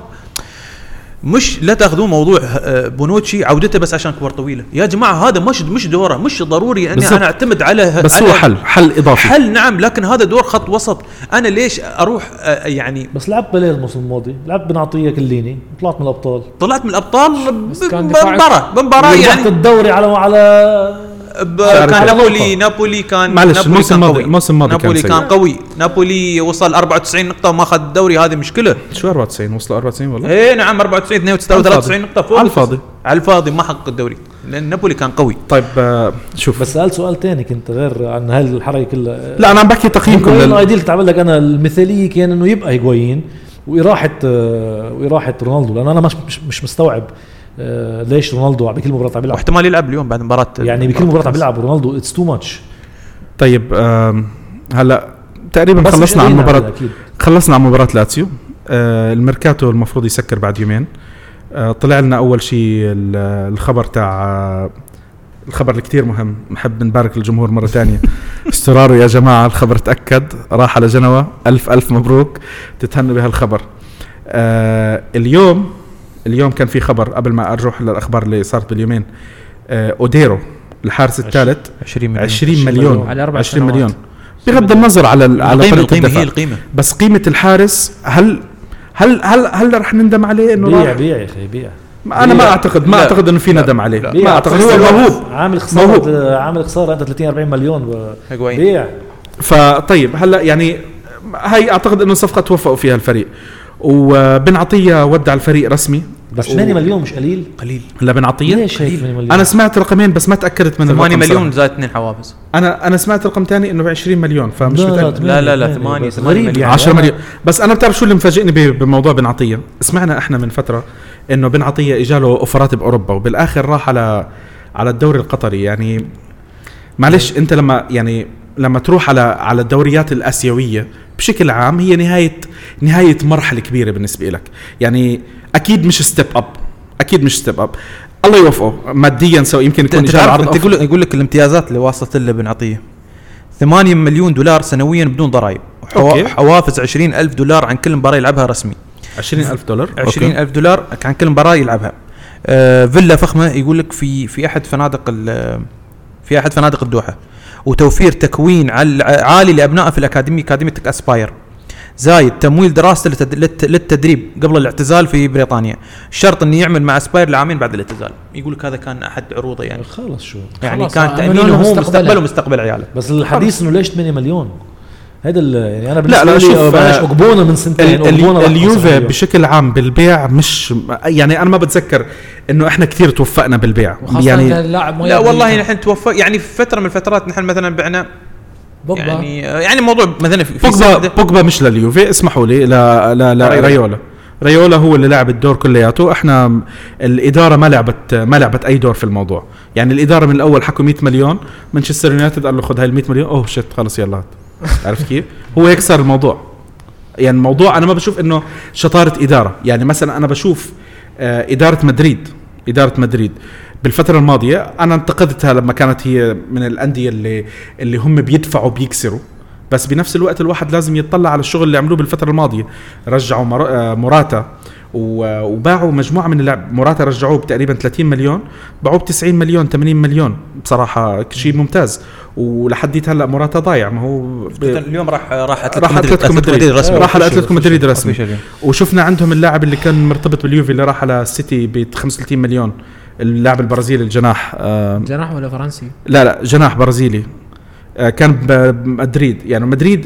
Speaker 3: مش لا تاخذون موضوع آه، بونوتشي عودته بس عشان كور طويله يا جماعه هذا مش مش دوره مش ضروري اني
Speaker 1: بالضبط.
Speaker 3: انا اعتمد على
Speaker 1: بس
Speaker 3: على
Speaker 1: هو حل حل اضافي
Speaker 3: حل نعم لكن هذا دور خط وسط انا ليش اروح آه، يعني
Speaker 4: بس لعب بالير الموسم الماضي لعب بنعطيه كليني طلعت من الابطال
Speaker 3: طلعت من الابطال
Speaker 2: بس
Speaker 3: ب-
Speaker 2: كان دفاعك-
Speaker 3: بمباراه بمباراه
Speaker 4: يعني
Speaker 3: يعني
Speaker 4: الدوري على على
Speaker 3: ب-
Speaker 1: شارك
Speaker 3: كان
Speaker 1: الأوروبا.
Speaker 3: نابولي نابولي كان
Speaker 1: معلش،
Speaker 3: نابولي
Speaker 1: الموسم
Speaker 3: كان
Speaker 1: الماضي-
Speaker 3: قوي.
Speaker 1: الموسم الماضي كان
Speaker 3: نابولي كان,
Speaker 1: سيء.
Speaker 3: قوي نابولي وصل 94 نقطة وما أخذ الدوري هذه مشكلة
Speaker 1: شو 94 وصلوا 94 والله
Speaker 3: اي نعم 94 92
Speaker 1: على الفاضي.
Speaker 3: 93 نقطة فوق
Speaker 1: على الفاضي.
Speaker 3: على الفاضي ما حقق الدوري لأن نابولي كان قوي
Speaker 1: طيب آه، شوف
Speaker 4: بس سالت سؤال ثاني كنت غير عن هالحركه كلها
Speaker 1: لا انا عم بحكي تقييمكم
Speaker 4: هيغوين
Speaker 1: لل...
Speaker 4: الايديل تعمل لك انا المثاليه كان انه يبقى هيغوين واراحه آه، واراحه رونالدو لانه انا مش مش, مش مستوعب آه، ليش رونالدو بكل مباراه عم بيلعب
Speaker 3: واحتمال يلعب اليوم بعد مباراة
Speaker 4: يعني بكل مباراه عم بيلعب رونالدو اتس تو ماتش
Speaker 1: طيب آم، هلا تقريبا
Speaker 4: بس مش
Speaker 1: خلصنا عن
Speaker 4: قادرين على
Speaker 1: مباراة
Speaker 4: أكيد.
Speaker 1: خلصنا عن مباراة لاتسيو آه، الميركاتو المفروض يسكر بعد يومين آه، طلع لنا اول شيء ال- الخبر تاع آه، الخبر اللي كثير مهم نحب نبارك للجمهور مره ثانيه استراروا يا جماعه الخبر تاكد راح على جنوة الف الف مبروك تتهنوا بهالخبر آه، اليوم اليوم كان في خبر قبل ما اروح للاخبار اللي صارت باليومين آه، اوديرو الحارس الثالث
Speaker 3: 20 مليون
Speaker 1: 20 مليون
Speaker 2: على أربع
Speaker 1: 20
Speaker 2: سنوات.
Speaker 1: مليون بغض النظر على ال- على
Speaker 3: القيمة
Speaker 1: طريقه
Speaker 3: القيمة هي
Speaker 1: الدفاع
Speaker 3: القيمة
Speaker 1: بس قيمه الحارس هل هل هل هل رح نندم عليه انه
Speaker 4: بيع
Speaker 1: راح
Speaker 4: بيع يا اخي بيع
Speaker 1: انا ما
Speaker 3: بيع.
Speaker 1: اعتقد ما
Speaker 3: لا.
Speaker 1: اعتقد انه في ندم عليه
Speaker 3: لا.
Speaker 1: ما
Speaker 4: بيع.
Speaker 1: اعتقد هو موهوب
Speaker 4: عامل
Speaker 1: موهوب.
Speaker 4: خساره آه، عامل خساره انت 30 40 مليون ب-
Speaker 3: هيغوين.
Speaker 4: بيع
Speaker 1: فطيب هلا يعني هاي اعتقد انه صفقه توفقوا فيها الفريق وبن عطيه ودع الفريق رسمي
Speaker 4: بس 8 مليون مش قليل
Speaker 3: قليل
Speaker 1: لا بن عطيه
Speaker 4: ليش هيك 8 مليون
Speaker 1: انا سمعت رقمين بس ما تاكدت من
Speaker 3: 8
Speaker 1: الرقم
Speaker 3: مليون
Speaker 1: صراحة.
Speaker 3: زائد اثنين حوافز
Speaker 1: انا انا سمعت رقم ثاني انه ب 20 مليون فمش متاكد
Speaker 3: لا، لا، لا،
Speaker 4: ثمانية،
Speaker 3: ثمانية،
Speaker 4: بس
Speaker 3: ثمانية
Speaker 4: غريب
Speaker 3: مليون.
Speaker 4: يعني
Speaker 1: 10
Speaker 4: أنا-
Speaker 1: مليون بس انا بتعرف شو اللي مفاجئني ب- بموضوع بن عطيه سمعنا احنا من فتره انه بن عطيه اجاله اوفرات باوروبا وبالاخر راح على على الدوري القطري يعني معلش انت لما يعني لما تروح على على الدوريات الاسيويه بشكل عام هي نهايه نهايه مرحله كبيره بالنسبه لك يعني اكيد مش ستيب اب اكيد مش ستيب اب الله يوفقه ماديا سو يمكن يكون
Speaker 3: انت
Speaker 1: اجاله
Speaker 3: تعرف
Speaker 1: عرض
Speaker 3: انت
Speaker 1: أوف-
Speaker 3: يقول يقول لك الامتيازات اللي واصلت له بن عطيه 8 مليون دولار سنويا بدون ضرائب وحوا-
Speaker 1: أوكي.
Speaker 3: حوافز 20 ألف دولار عن كل مباراة يلعبها رسمي
Speaker 1: 20000 دولار أوكي.
Speaker 3: 20 ألف دولار عن كل مباراة يلعبها آه فيلا فخمة يقول لك في في أحد فنادق ال- في أحد فنادق الدوحة وتوفير تكوين عال- عالي لأبنائه في الأكاديمية أكاديمية أسباير زايد تمويل دراسته لتد- للت- للتدريب قبل الاعتزال في بريطانيا شرط انه يعمل مع اسباير لعامين بعد الاعتزال يقول لك هذا كان احد عروضه يعني
Speaker 4: خلص شو
Speaker 3: يعني
Speaker 2: خلاص،
Speaker 3: كان
Speaker 2: عملوا
Speaker 3: تامينه
Speaker 2: له
Speaker 3: هو
Speaker 2: مستقبله.
Speaker 3: مستقبله ومستقبل عياله
Speaker 4: بس الحديث انه ليش 8 مليون هذا ال- يعني انا
Speaker 1: لا،
Speaker 4: بالنسبه
Speaker 1: لا،
Speaker 4: لي
Speaker 1: شوف،
Speaker 4: آه، بلاش
Speaker 1: آه،
Speaker 4: اقبونا من سنتين
Speaker 1: ال- ال-
Speaker 4: أقبونا
Speaker 1: اليوفي بشكل عام بالبيع مش يعني انا ما بتذكر انه احنا كثير توفقنا بالبيع
Speaker 2: وخاصة إن
Speaker 1: يعني
Speaker 2: اللاعب ما
Speaker 3: لا
Speaker 2: يبني
Speaker 3: والله
Speaker 2: كان.
Speaker 3: نحن توفى يعني في فتره من الفترات نحن مثلا بعنا
Speaker 2: بوجبا.
Speaker 3: يعني آه، يعني موضوع مثلا في في
Speaker 1: بوجبا
Speaker 3: سنة-
Speaker 1: بوجبا مش لليوفي اسمحوا لي لا لا لا
Speaker 3: ريولا.
Speaker 1: ريولا ريولا هو اللي لعب الدور كلياته احنا م- الاداره ما لعبت ما لعبت اي دور في الموضوع يعني الاداره من الاول حكوا 100 مليون مانشستر يونايتد قال له خذ هاي ال 100 مليون اوه شيت خلص يلا هات عرفت كيف هو هيك صار الموضوع يعني الموضوع انا ما بشوف انه شطاره اداره يعني مثلا انا بشوف آه، اداره مدريد اداره مدريد بالفتره الماضيه انا انتقدتها لما كانت هي من الانديه اللي اللي هم بيدفعوا بيكسروا بس بنفس الوقت الواحد لازم يطلع على الشغل اللي عملوه بالفتره الماضيه رجعوا مر- آه، موراتا و- وباعوا مجموعه من اللاعب موراتا رجعوه بتقريبا 30 مليون باعوه ب 90 مليون 80 مليون بصراحه شيء ممتاز ولحديت هلا موراتا ضايع ما هو ب-
Speaker 3: اليوم راح راح
Speaker 1: راح اتلتيكو مدريد رسمي راح على اتلتيكو مدريد رسمي
Speaker 3: Officially.
Speaker 1: وشفنا عندهم اللاعب اللي كان مرتبط باليوفي اللي راح على السيتي ب 35 مليون اللاعب البرازيلي الجناح آه،
Speaker 2: جناح ولا فرنسي؟
Speaker 1: لا لا جناح برازيلي آه، كان ب- بمدريد يعني مدريد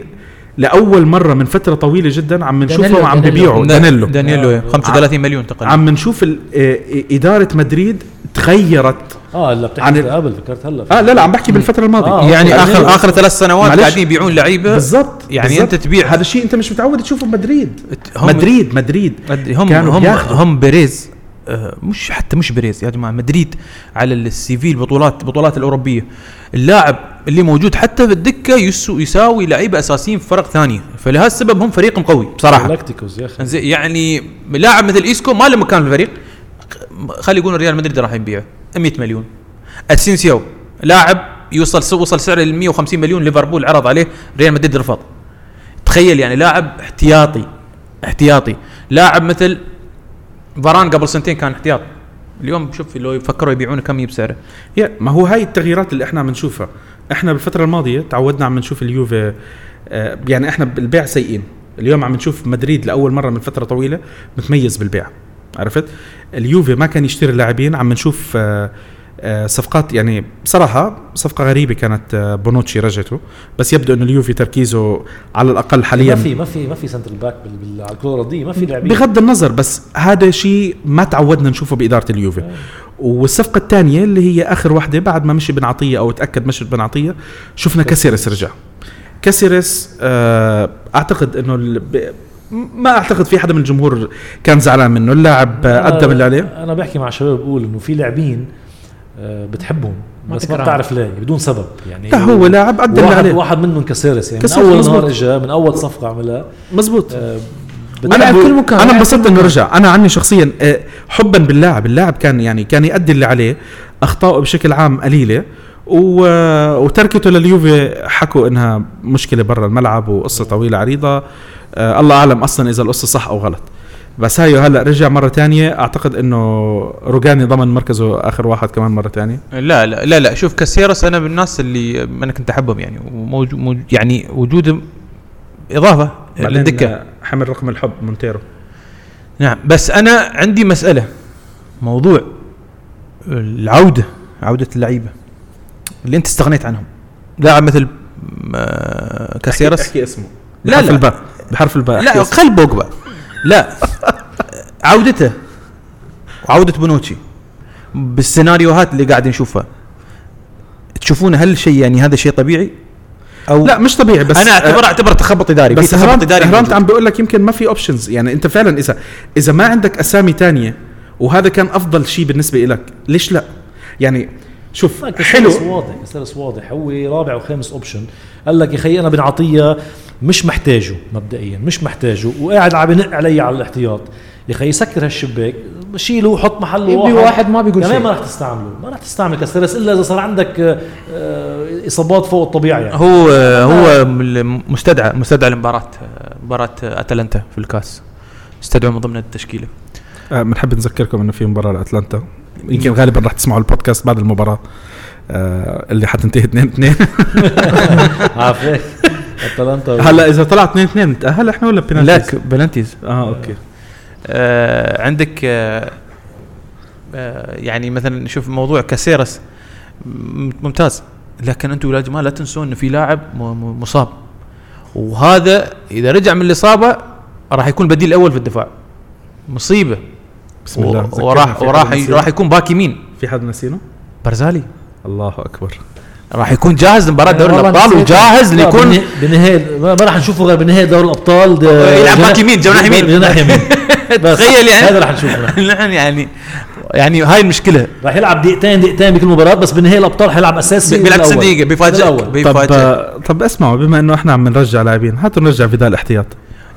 Speaker 1: لاول مره من فتره طويله جدا عم نشوفه
Speaker 2: دانيلو-
Speaker 1: عم
Speaker 2: دانيلو.
Speaker 1: ببيعه دانيلو
Speaker 3: دانيلو
Speaker 4: آه.
Speaker 3: 35 ايه. مليون تقريبا
Speaker 1: عم نشوف ال- آه، اداره مدريد تغيرت
Speaker 4: اه هلا بتحكي
Speaker 1: عن
Speaker 4: عن
Speaker 1: ال-
Speaker 4: قبل فكرت هلا
Speaker 1: اه لا لا عم بحكي بالفتره الماضيه
Speaker 4: آه،
Speaker 3: يعني
Speaker 4: أوكي.
Speaker 3: اخر
Speaker 4: دانيلو.
Speaker 3: اخر ثلاث سنوات
Speaker 1: معلش.
Speaker 3: قاعدين يبيعون لعيبه
Speaker 1: بالضبط
Speaker 3: يعني
Speaker 1: بالضبط.
Speaker 3: أنت تبيع-
Speaker 1: هذا الشيء انت مش متعود تشوفه بمدريد
Speaker 3: هم-
Speaker 1: مدريد مدريد
Speaker 3: هم
Speaker 1: كانوا
Speaker 3: هم
Speaker 1: بياخدوا.
Speaker 3: هم بيريز آه، مش حتى مش بيريز يا جماعه مدريد على السي في البطولات البطولات الاوروبيه اللاعب اللي موجود حتى في الدكه يسو يساوي لعيبه اساسيين في فرق ثانيه فلهالسبب هم فريق قوي بصراحه
Speaker 4: جالاكتيكوس يا اخي
Speaker 3: زين، يعني لاعب مثل ايسكو ما له مكان في الفريق خلي يقولوا ريال مدريد راح يبيعه 100 مليون اسينسيو لاعب يوصل وصل سعره ل 150 مليون ليفربول عرض عليه ريال مدريد رفض تخيل يعني لاعب احتياطي احتياطي لاعب مثل فاران قبل سنتين كان احتياط اليوم شوف لو يفكروا يبيعونه كم يجيب سعره
Speaker 1: يا ما هو هاي التغييرات اللي احنا عم نشوفها احنا بالفتره الماضيه تعودنا عم نشوف اليوفي آه، يعني احنا بالبيع سيئين اليوم عم نشوف مدريد لاول مره من فتره طويله متميز بالبيع عرفت اليوفي ما كان يشتري اللاعبين عم نشوف آه، آه، صفقات يعني بصراحة صفقة غريبة كانت آه، بونوتشي رجته بس يبدو انه اليوفي تركيزه على الأقل حاليا
Speaker 4: ما في ما في ما في سنتر باك بال- بال- على الكره الارضيه ما في لاعبين
Speaker 1: بغض النظر بس هذا شيء ما تعودنا نشوفه بإدارة اليوفي والصفقة الثانية اللي هي آخر واحدة بعد ما مشي بن عطية أو تأكد مشي بن عطية شفنا كاسيرس رجع كاسيرس آه، أعتقد أنه ال- ب- ما أعتقد في حدا من الجمهور كان زعلان منه اللاعب آه،
Speaker 4: أنا-
Speaker 1: قدم اللي عليه
Speaker 4: انا بحكي مع شباب بقول انه في لاعبين آه، بتحبهم
Speaker 2: ما
Speaker 4: بس ما
Speaker 2: تكرههم.
Speaker 4: بتعرف ليه بدون سبب يعني
Speaker 1: لا هو لاعب قدم اللي
Speaker 4: واحد,
Speaker 1: عليه
Speaker 4: واحد منهم كسيرس يعني من
Speaker 1: كسيرس
Speaker 4: اول
Speaker 1: مزبوط.
Speaker 4: نهار اجى من اول صفقه عملها
Speaker 1: مزبوط
Speaker 4: آه،
Speaker 1: انا
Speaker 4: بتحبه.
Speaker 1: بكل مكان يعني انا انبسطت انه رجع انا عني شخصيا آه، حبا باللاعب اللاعب كان يعني كان يؤدي اللي عليه اخطائه بشكل عام قليله و... آه، وتركته لليوفي حكوا انها مشكله برا الملعب وقصه طويله عريضه آه الله اعلم اصلا اذا القصه صح او غلط بس هاي هلا رجع مره تانية اعتقد انه روجاني ضمن مركزه اخر واحد كمان مره تانية
Speaker 3: لا لا لا لا شوف كاسيرس انا من الناس اللي انا كنت احبهم يعني وموجود موجود- يعني وجوده اضافه
Speaker 1: بعدين،
Speaker 3: للدكه
Speaker 1: آه، حمل رقم الحب مونتيرو
Speaker 3: نعم بس انا عندي مساله موضوع العوده عوده اللعيبه اللي انت استغنيت عنهم لاعب مثل آه، كاسيرس
Speaker 1: احكي اسمه
Speaker 3: لا،
Speaker 1: بحرف
Speaker 3: لا.
Speaker 1: الباء بحرف الباء
Speaker 3: لا
Speaker 1: احكي اسمه.
Speaker 3: خل بوجبا لا عودته وعوده بونوتشي بالسيناريوهات اللي قاعد نشوفها تشوفون هل شيء يعني هذا شيء طبيعي؟ او
Speaker 1: لا مش طبيعي بس آه،
Speaker 3: بس انا اعتبر اعتبر تخبط اداري
Speaker 1: بس
Speaker 3: في تخبط
Speaker 1: هرانت
Speaker 3: اداري
Speaker 1: هرانت
Speaker 3: موجود.
Speaker 1: عم بيقول لك يمكن ما في اوبشنز يعني انت فعلا اذا اذا ما عندك اسامي تانية وهذا كان افضل شيء بالنسبه لك ليش لا يعني شوف
Speaker 4: لا،
Speaker 1: حلو
Speaker 4: كسيرس واضح كسيرس واضح هو رابع وخامس اوبشن قال لك يا خي انا بن عطيه مش محتاجه مبدئيا مش محتاجه وقاعد عم ينق علي على الاحتياط يا خي سكر هالشباك شيله وحط محله
Speaker 2: يبي
Speaker 4: واحد
Speaker 2: واحد ما بيقول
Speaker 4: يعني
Speaker 2: شيء.
Speaker 4: ما رح تستعمله ما رح تستعمل كسيرس الا اذا صار عندك آه، آه، اصابات فوق الطبيعه يعني
Speaker 3: هو
Speaker 1: آه.
Speaker 3: هو مستدعى مستدعى لمباراه مباراه اتلانتا في الكاس استدعوا من ضمن التشكيله
Speaker 1: آه، بنحب نذكركم انه في مباراه لاتلانتا يمكن غالبا رح تسمعوا البودكاست بعد المباراه آه اللي حتنتهي 2 2
Speaker 4: عافيك اتلانتا
Speaker 1: هلا اذا طلع 2 2 بنتاهل احنا ولا بنالتيز؟
Speaker 3: لاك بلانتيز
Speaker 1: اه اوكي
Speaker 3: آه عندك آه آه يعني مثلا شوف موضوع كاسيرس م- ممتاز لكن انتم يا جماعه لا تنسون انه في لاعب م- م- مصاب وهذا اذا رجع من الاصابه راح يكون بديل الاول في الدفاع مصيبه
Speaker 1: بسم الله
Speaker 3: و-
Speaker 1: ذكرنا
Speaker 3: وراح
Speaker 1: في حد
Speaker 3: وراح
Speaker 1: نسينا.
Speaker 3: راح يكون باك يمين
Speaker 1: في حد نسينا؟
Speaker 3: برزالي
Speaker 1: الله اكبر
Speaker 3: راح يكون جاهز لمباراه دوري
Speaker 2: والله
Speaker 3: الابطال
Speaker 2: نسيت.
Speaker 3: وجاهز
Speaker 4: لا،
Speaker 3: ليكون
Speaker 4: بنهاية- بنهاية ما ما رح نشوفه غير بنهاية دوري الابطال ده-
Speaker 3: يلعب
Speaker 4: جناح-
Speaker 3: باك يمين، جناح يمين.
Speaker 4: جناح يمين بس
Speaker 3: تخيل يعني.
Speaker 4: هذا رح نشوفه
Speaker 3: نحن يعني يعني هاي المشكله
Speaker 4: راح يلعب دقيقتين دقيقتين بكل مباراة بس بنهاية الابطال حيلعب اساسي
Speaker 3: بيلعب 90
Speaker 4: بالأول.
Speaker 3: دقيقه بيفاجئك
Speaker 4: بالأول.
Speaker 1: طب
Speaker 3: بيفاجئك
Speaker 1: آه، طب اسمعوا بما انه احنا عم نرجع لاعبين هاتوا نرجع فيدال احتياط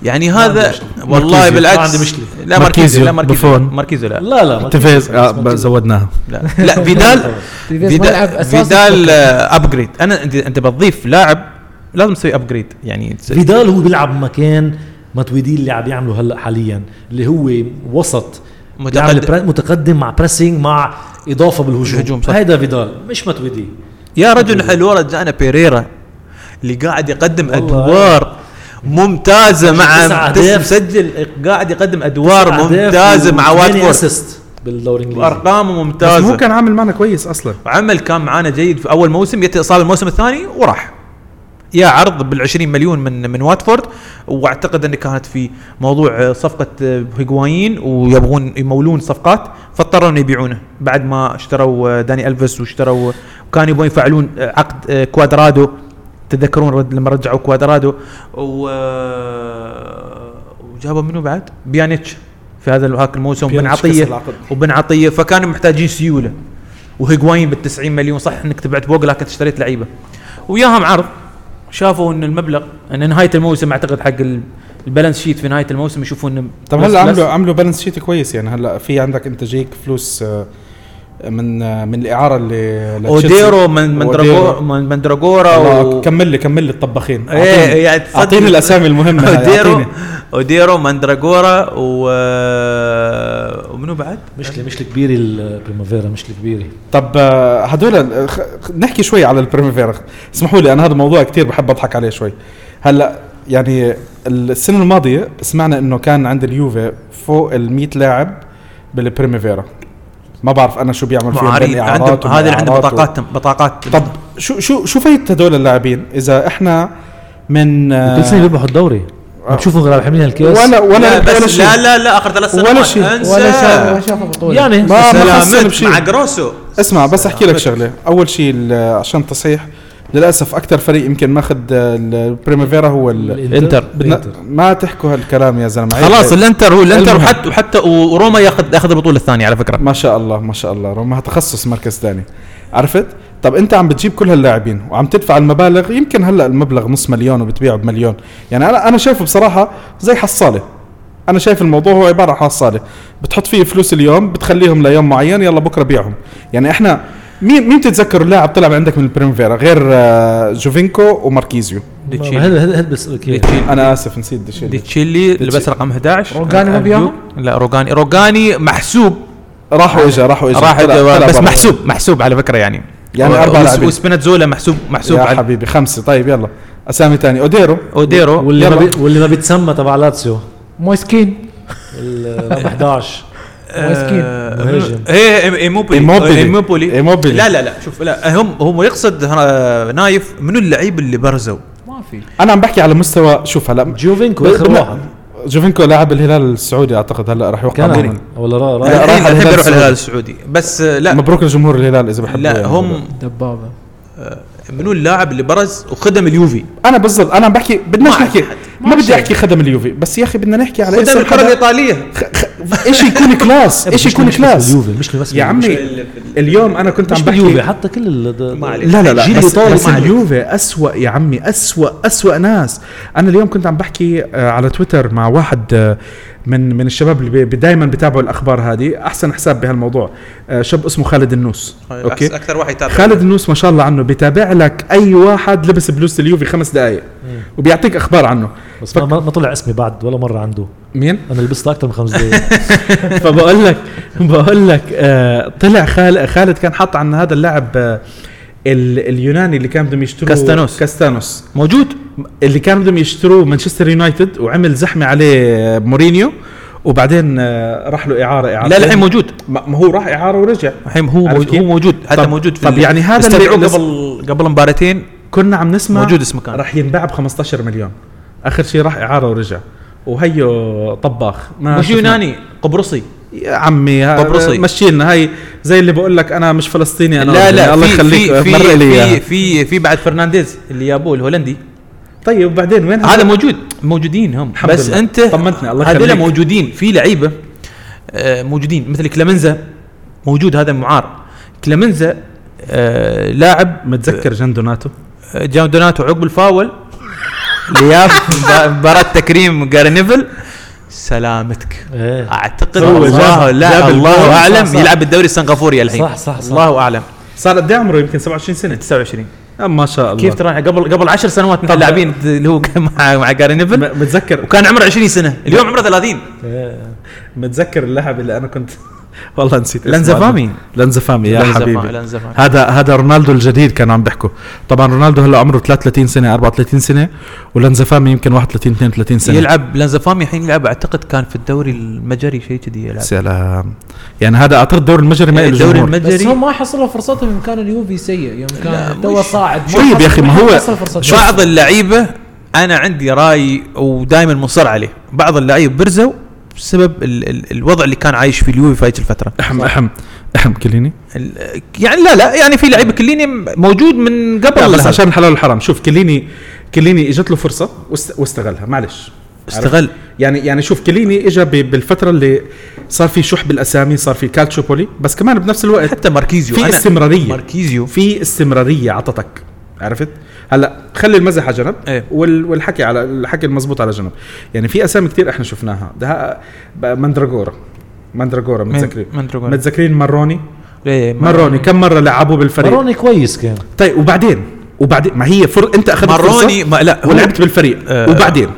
Speaker 3: يعني
Speaker 4: ما عندي
Speaker 3: هذا
Speaker 4: مشكلة.
Speaker 3: والله
Speaker 1: ماركيزيو.
Speaker 3: بالعكس
Speaker 4: ما عندي مشكلة.
Speaker 3: لا
Speaker 1: ماركيزيو،
Speaker 3: ماركيزيو لا ماركيزيو
Speaker 1: بوفون.
Speaker 3: ماركيزيو لا
Speaker 4: لا لا
Speaker 1: تيفيز آه، ب- زودناها
Speaker 3: لا, لا فيدال
Speaker 2: تيفيز ملعب
Speaker 3: فيدال
Speaker 2: أساسي.
Speaker 3: فيدال آه، ابجريد انا انت انت بتضيف لاعب لازم تسوي ابجريد يعني تس-
Speaker 4: فيدال هو بيلعب مكان ماتويدي اللي عم يعمله هلا حاليا اللي هو وسط
Speaker 3: متقدم.
Speaker 4: متقدم متقدم مع بريسنج مع اضافه بالهجوم
Speaker 3: الهجوم، صح.
Speaker 4: هيدا فيدال مش ماتويدي
Speaker 3: يا رجل حلو ورا جانا بيريرا اللي قاعد يقدم
Speaker 4: والله.
Speaker 3: ادوار ممتازه
Speaker 4: تسع
Speaker 3: مع تس-
Speaker 4: أهداف.
Speaker 3: مسجل قاعد يقدم ادوار ممتازه مع واتفورد
Speaker 4: اسيست بالدوري الانجليزي
Speaker 3: وارقامه
Speaker 1: بس هو
Speaker 3: ممتازه
Speaker 1: كان عامل معنا كويس اصلا
Speaker 3: عمل كان معانا جيد في اول موسم يت اصاب الموسم الثاني وراح يا عرض بال 20 مليون من من واتفورد واعتقد ان كانت في موضوع آه، صفقه آه، هيغوايين ويبغون يمولون صفقات فاضطروا انه يبيعونه بعد ما اشتروا آه، داني الفيس واشتروا آه، وكانوا يبغون يفعلون آه، عقد آه، كوادرادو تذكرون رد- لما رجعوا كوادرادو و آه، وجابوا منو بعد؟ بيانيتش في هذا ال- هاك الموسم بن
Speaker 1: بيانيتش
Speaker 3: عطيه
Speaker 1: كسر العقد.
Speaker 3: وبن عطيه فكانوا محتاجين سيوله وهيجواين بال 90 مليون صح انك تبعت بوق لكن اشتريت لعيبه وياهم عرض شافوا ان المبلغ ان نهايه الموسم اعتقد حق ال- البالانس شيت في نهايه الموسم يشوفوا ان
Speaker 1: طب
Speaker 3: لس-
Speaker 1: هلا
Speaker 3: لس-
Speaker 1: عملوا عملوا بالانس شيت كويس يعني هلا في عندك انت جايك فلوس آه، من آه، من الاعاره اللي لتشيلسي.
Speaker 3: اوديرو من
Speaker 1: أوديرو.
Speaker 3: مندراجورا من مندراجورا
Speaker 1: الله،
Speaker 3: و...
Speaker 1: كمل لي كمل لي الطباخين
Speaker 3: إيه،
Speaker 1: أعطيني-
Speaker 3: يعني تصدق-
Speaker 1: اعطيني الاسامي المهمه هاي،
Speaker 3: اوديرو
Speaker 1: أعطيني.
Speaker 3: اوديرو مندراجورا و ومنو بعد؟
Speaker 4: مشكله مشكله كبيره البريمافيرا مشكله كبيره
Speaker 1: طب آه، هدول آه، خ- خ- نحكي شوي على البريميفيرا اسمحوا لي انا هذا الموضوع كتير بحب اضحك عليه شوي هلا يعني السنه الماضيه سمعنا انه كان عند اليوفي فوق ال 100 لاعب بالبريميفيرا ما بعرف انا شو بيعمل فيهم
Speaker 3: معارض
Speaker 1: بين إعارات
Speaker 3: عندهم هذا اللي عنده
Speaker 1: ومن إعارات و-
Speaker 3: بطاقات بطاقات
Speaker 1: طب شو شو شو فايت هدول اللاعبين اذا احنا من آه،
Speaker 4: كل سنه بيربحوا الدوري بتشوفوا غير حاملين الكاس
Speaker 1: ولا
Speaker 3: لا
Speaker 1: ولا ولا
Speaker 3: بس
Speaker 1: شيء
Speaker 3: لا لا لا اخر ثلاث سنوات
Speaker 1: ولا شيء.
Speaker 3: انسى
Speaker 2: ولا شاف ولا شاف بطوله
Speaker 4: يعني
Speaker 1: آه، ما ما حسن
Speaker 3: سلامت
Speaker 1: بشيء
Speaker 3: مع جروسو
Speaker 1: اسمع بس احكي لك
Speaker 3: سلامت.
Speaker 1: شغله اول شيء ال- عشان تصحيح للاسف اكثر فريق يمكن ماخذ البريميفيرا هو ال-
Speaker 4: الانتر
Speaker 1: بدنا ما تحكوا هالكلام يا إيه، زلمه عيب
Speaker 3: خلاص
Speaker 1: عليك.
Speaker 3: الانتر هو الانتر
Speaker 1: المهم.
Speaker 3: وحتى وحتى وروما ياخذ اخذ البطوله الثانيه على فكره
Speaker 1: ما شاء الله ما شاء الله روما تخصص مركز ثاني عرفت طب انت عم بتجيب كل هاللاعبين وعم تدفع المبالغ يمكن هلا المبلغ نص مليون وبتبيعه بمليون يعني انا انا شايفه بصراحه زي حصاله انا شايف الموضوع هو عباره عن حصاله بتحط فيه فلوس اليوم بتخليهم ليوم معين يلا بكره بيعهم يعني احنا مين مين تتذكر اللاعب طلع من عندك من البريمفيرا غير آه، جوفينكو وماركيزيو
Speaker 4: ما- ما هذا هذا بس اوكي
Speaker 1: انا اسف نسيت ديشيلي
Speaker 3: ديتشيلي لبس رقم 11
Speaker 2: روجاني ما بياهم؟
Speaker 3: لا روجاني روجاني محسوب
Speaker 1: راح واجا راح واجا
Speaker 3: راح
Speaker 1: طلع- طلع
Speaker 3: بس
Speaker 1: برا.
Speaker 3: محسوب محسوب على فكره يعني
Speaker 1: يعني
Speaker 3: و-
Speaker 1: أربع
Speaker 3: وس-
Speaker 1: لاعبين.
Speaker 3: وسبيناتزولا محسوب محسوب
Speaker 1: يا
Speaker 3: على
Speaker 1: حبيبي خمسه طيب يلا اسامي ثانيه اوديرو
Speaker 3: اوديرو
Speaker 4: واللي ما
Speaker 1: يلا.
Speaker 4: بي- واللي ما بيتسمى تبع لاتسيو
Speaker 2: مويسكين
Speaker 4: ال- 11
Speaker 2: مسكين.
Speaker 3: آه،
Speaker 4: مهاجم.
Speaker 3: ايه إيه، ايموبولي
Speaker 1: إيموبولي.
Speaker 3: ايموبولي
Speaker 1: إيموبولي.
Speaker 3: لا لا لا شوف لا هم هم يقصد آه، نايف منو اللعيب اللي برزوا
Speaker 2: ما في
Speaker 1: انا عم بحكي على مستوى شوف هلا
Speaker 4: جوفينكو
Speaker 1: ب-
Speaker 4: اخر
Speaker 1: بن-
Speaker 4: واحد
Speaker 1: جوفينكو لاعب الهلال السعودي اعتقد هلا راح يوقع
Speaker 4: كان
Speaker 1: معهم
Speaker 4: ولا را-
Speaker 1: لا،
Speaker 4: رايح
Speaker 1: راح
Speaker 3: الحين
Speaker 1: على
Speaker 3: الحين
Speaker 1: الهلال
Speaker 3: بيروح الهلال
Speaker 1: السعودي.
Speaker 3: السعودي بس آه، لا
Speaker 1: مبروك لجمهور الهلال اذا بحبوا
Speaker 3: لا
Speaker 1: يعني هذول.
Speaker 3: هم
Speaker 2: دبابه
Speaker 3: منو اللاعب اللي برز وخدم اليوفي
Speaker 1: انا بالضبط انا عم بحكي بدناش
Speaker 3: ما
Speaker 1: نحكي
Speaker 3: أحد.
Speaker 1: ما بدي احكي خدم اليوفي بس يا اخي بدنا نحكي على
Speaker 3: خدم
Speaker 1: اسم
Speaker 3: الكره
Speaker 1: حدا-
Speaker 3: الايطاليه
Speaker 1: طيب، خ- خ- ايش يكون كلاس ايش يكون
Speaker 4: إيه، مش بس
Speaker 1: كلاس
Speaker 4: اليوفي مش بس
Speaker 1: يا عمي اليوم انا كنت
Speaker 4: مش
Speaker 1: عم
Speaker 4: باليوفي
Speaker 1: بحكي
Speaker 4: حتى كل ال-
Speaker 3: ما عليك.
Speaker 1: لا لا لا
Speaker 4: الجيل
Speaker 1: بس,
Speaker 4: الإيطالي
Speaker 1: بس يعني
Speaker 4: ما عليك.
Speaker 1: اليوفي أسوأ يا عمي أسوأ أسوأ ناس أنا اليوم كنت عم بحكي آه، على تويتر مع واحد آه، من من الشباب اللي دائما بتابعوا الأخبار هذه أحسن حساب بهالموضوع آه، شاب اسمه خالد النوس
Speaker 3: طيب،
Speaker 1: أوكي
Speaker 3: اكثر واحد يتابع
Speaker 1: خالد النوس ما شاء الله عنه بيتابع لك أي واحد لبس بلوس اليوفي خمس دقائق وبيعطيك أخبار عنه
Speaker 4: بس ما- ما ما طلع اسمي بعد ولا مره عنده
Speaker 1: مين؟
Speaker 4: انا لبست اكثر من خمس دقائق
Speaker 1: فبقول لك بقول لك آه، طلع خال- خالد كان حاط عن هذا اللاعب آه، ال- اليوناني اللي كان بدهم يشتروه
Speaker 3: كاستانوس.
Speaker 1: كاستانوس
Speaker 3: موجود
Speaker 1: اللي كانوا بدهم يشتروه مانشستر يونايتد وعمل زحمه عليه آه، مورينيو وبعدين آه، راح له اعاره اعاره
Speaker 3: لا لا الحين موجود
Speaker 1: ما ما هو راح اعاره ورجع
Speaker 3: الحين هو
Speaker 1: عارف
Speaker 3: موجود
Speaker 1: كيف؟
Speaker 3: هو موجود حتى
Speaker 1: طب-
Speaker 3: موجود في
Speaker 1: طب
Speaker 3: ال-
Speaker 1: يعني هذا اللي-
Speaker 3: استدعوه
Speaker 1: اللي-
Speaker 3: قبل قبل مباراتين
Speaker 1: كنا عم نسمع
Speaker 3: موجود اسمه كان.
Speaker 1: راح ينباع ب 15 مليون اخر شيء راح اعاره ورجع وهيو طباخ ما
Speaker 3: مش
Speaker 1: شفنا.
Speaker 3: يوناني قبرصي
Speaker 1: يا عمي
Speaker 3: قبرصي.
Speaker 1: ها- مشي لنا هاي زي اللي بقول لك انا مش فلسطيني انا
Speaker 3: لا
Speaker 1: أردني.
Speaker 3: لا
Speaker 1: الله
Speaker 3: في-
Speaker 1: يخليك
Speaker 3: في
Speaker 1: مرق لي
Speaker 3: في في,
Speaker 1: إياها.
Speaker 3: في في بعد فرنانديز اللي جابوه الهولندي
Speaker 1: طيب وبعدين وين
Speaker 3: هذا موجود موجودين هم
Speaker 1: الحمد
Speaker 3: بس
Speaker 1: لله.
Speaker 3: انت
Speaker 1: طمنتني، الله
Speaker 3: هذول
Speaker 1: يخليك.
Speaker 3: موجودين في لعيبه آه، موجودين مثل كلامنزا موجود هذا معار كلامنزا آه، لاعب
Speaker 1: متذكر جندوناتو
Speaker 3: جان دوناتو عقب الفاول لياف مباراه تكريم جارنيفل سلامتك
Speaker 4: إيه.
Speaker 3: اعتقد
Speaker 4: هو
Speaker 3: الله
Speaker 4: جاب- جاب
Speaker 3: لا
Speaker 4: الجول.
Speaker 3: الله
Speaker 4: صح،
Speaker 3: اعلم
Speaker 4: صح.
Speaker 3: يلعب بالدوري السنغافوري الحين
Speaker 4: صح، صح، صح.
Speaker 3: الله اعلم
Speaker 1: صار قد إيه عمره يمكن 27 سنه
Speaker 3: 29
Speaker 1: آه، ما شاء الله
Speaker 3: كيف ترى قبل قبل 10 سنوات نحن لاعبين اللي هو مع مع جارنيفل
Speaker 1: م- متذكر
Speaker 3: وكان عمره 20 سنه اليوم عمره 30
Speaker 4: إيه.
Speaker 1: متذكر اللاعب اللي انا كنت والله نسيت اسمه.
Speaker 3: لانزافامي.
Speaker 1: لانزافامي يا
Speaker 3: لانزافا-
Speaker 1: حبيبي
Speaker 3: لانزافامي.
Speaker 1: هذا هذا رونالدو الجديد كانوا عم بيحكوا طبعا رونالدو هلا عمره 33 سنه 34 سنه ولانزافامي يمكن 31 32 سنه
Speaker 3: يلعب لانزافامي الحين يلعب اعتقد كان في الدوري المجري شيء كذي يلعب
Speaker 1: سلام يعني هذا اعتقد الدوري المجري ما له
Speaker 3: الدوري
Speaker 1: جمهور
Speaker 2: بس هم
Speaker 3: المجري
Speaker 2: ما حصلوا فرصتهم يوم كان اليوفي سيء يوم كان
Speaker 3: مش-
Speaker 2: تو صاعد
Speaker 1: طيب يا
Speaker 2: حصل-
Speaker 1: أخي، ما هو-
Speaker 2: حصل فرصتهم.
Speaker 3: بعض اللعيبه انا عندي راي ودائما مصر عليه بعض اللعيبه برزوا بسبب ال ال الوضع اللي كان عايش فيه اليوفي في هذيك الفتره
Speaker 1: احم احم احم كليني
Speaker 3: ال- يعني لا لا يعني في لعيبه كليني موجود من
Speaker 1: لا
Speaker 3: قبل
Speaker 1: بس
Speaker 3: لا،
Speaker 1: عشان الحلال والحرام شوف كليني كليني اجت له فرصه واست- واستغلها معلش
Speaker 3: استغل
Speaker 1: يعني يعني شوف كليني اجى ب- بالفتره اللي صار في شح بالاسامي صار في كالتشوبولي بس كمان بنفس الوقت
Speaker 3: حتى ماركيزيو
Speaker 1: في
Speaker 3: أنا-
Speaker 1: استمرارية.
Speaker 3: ماركيزيو
Speaker 1: في استمراريه عطتك عرفت هلا خلي المزح على جنب
Speaker 3: إيه.
Speaker 1: وال- والحكي على الحكي المزبوط على جنب يعني في اسامي كثير احنا شفناها ده بقى مندراجورا مندراجورا متذكرين
Speaker 3: مندراجورا.
Speaker 1: متذكرين مروني
Speaker 3: إيه، مار-
Speaker 1: مروني كم مره لعبوا بالفريق
Speaker 4: مروني كويس كان
Speaker 1: طيب وبعدين وبعدين ما هي فر... انت اخذت
Speaker 3: مروني
Speaker 1: فرصة
Speaker 3: ما لا هو-
Speaker 1: ولعبت بالفريق
Speaker 3: آه.
Speaker 1: آه وبعدين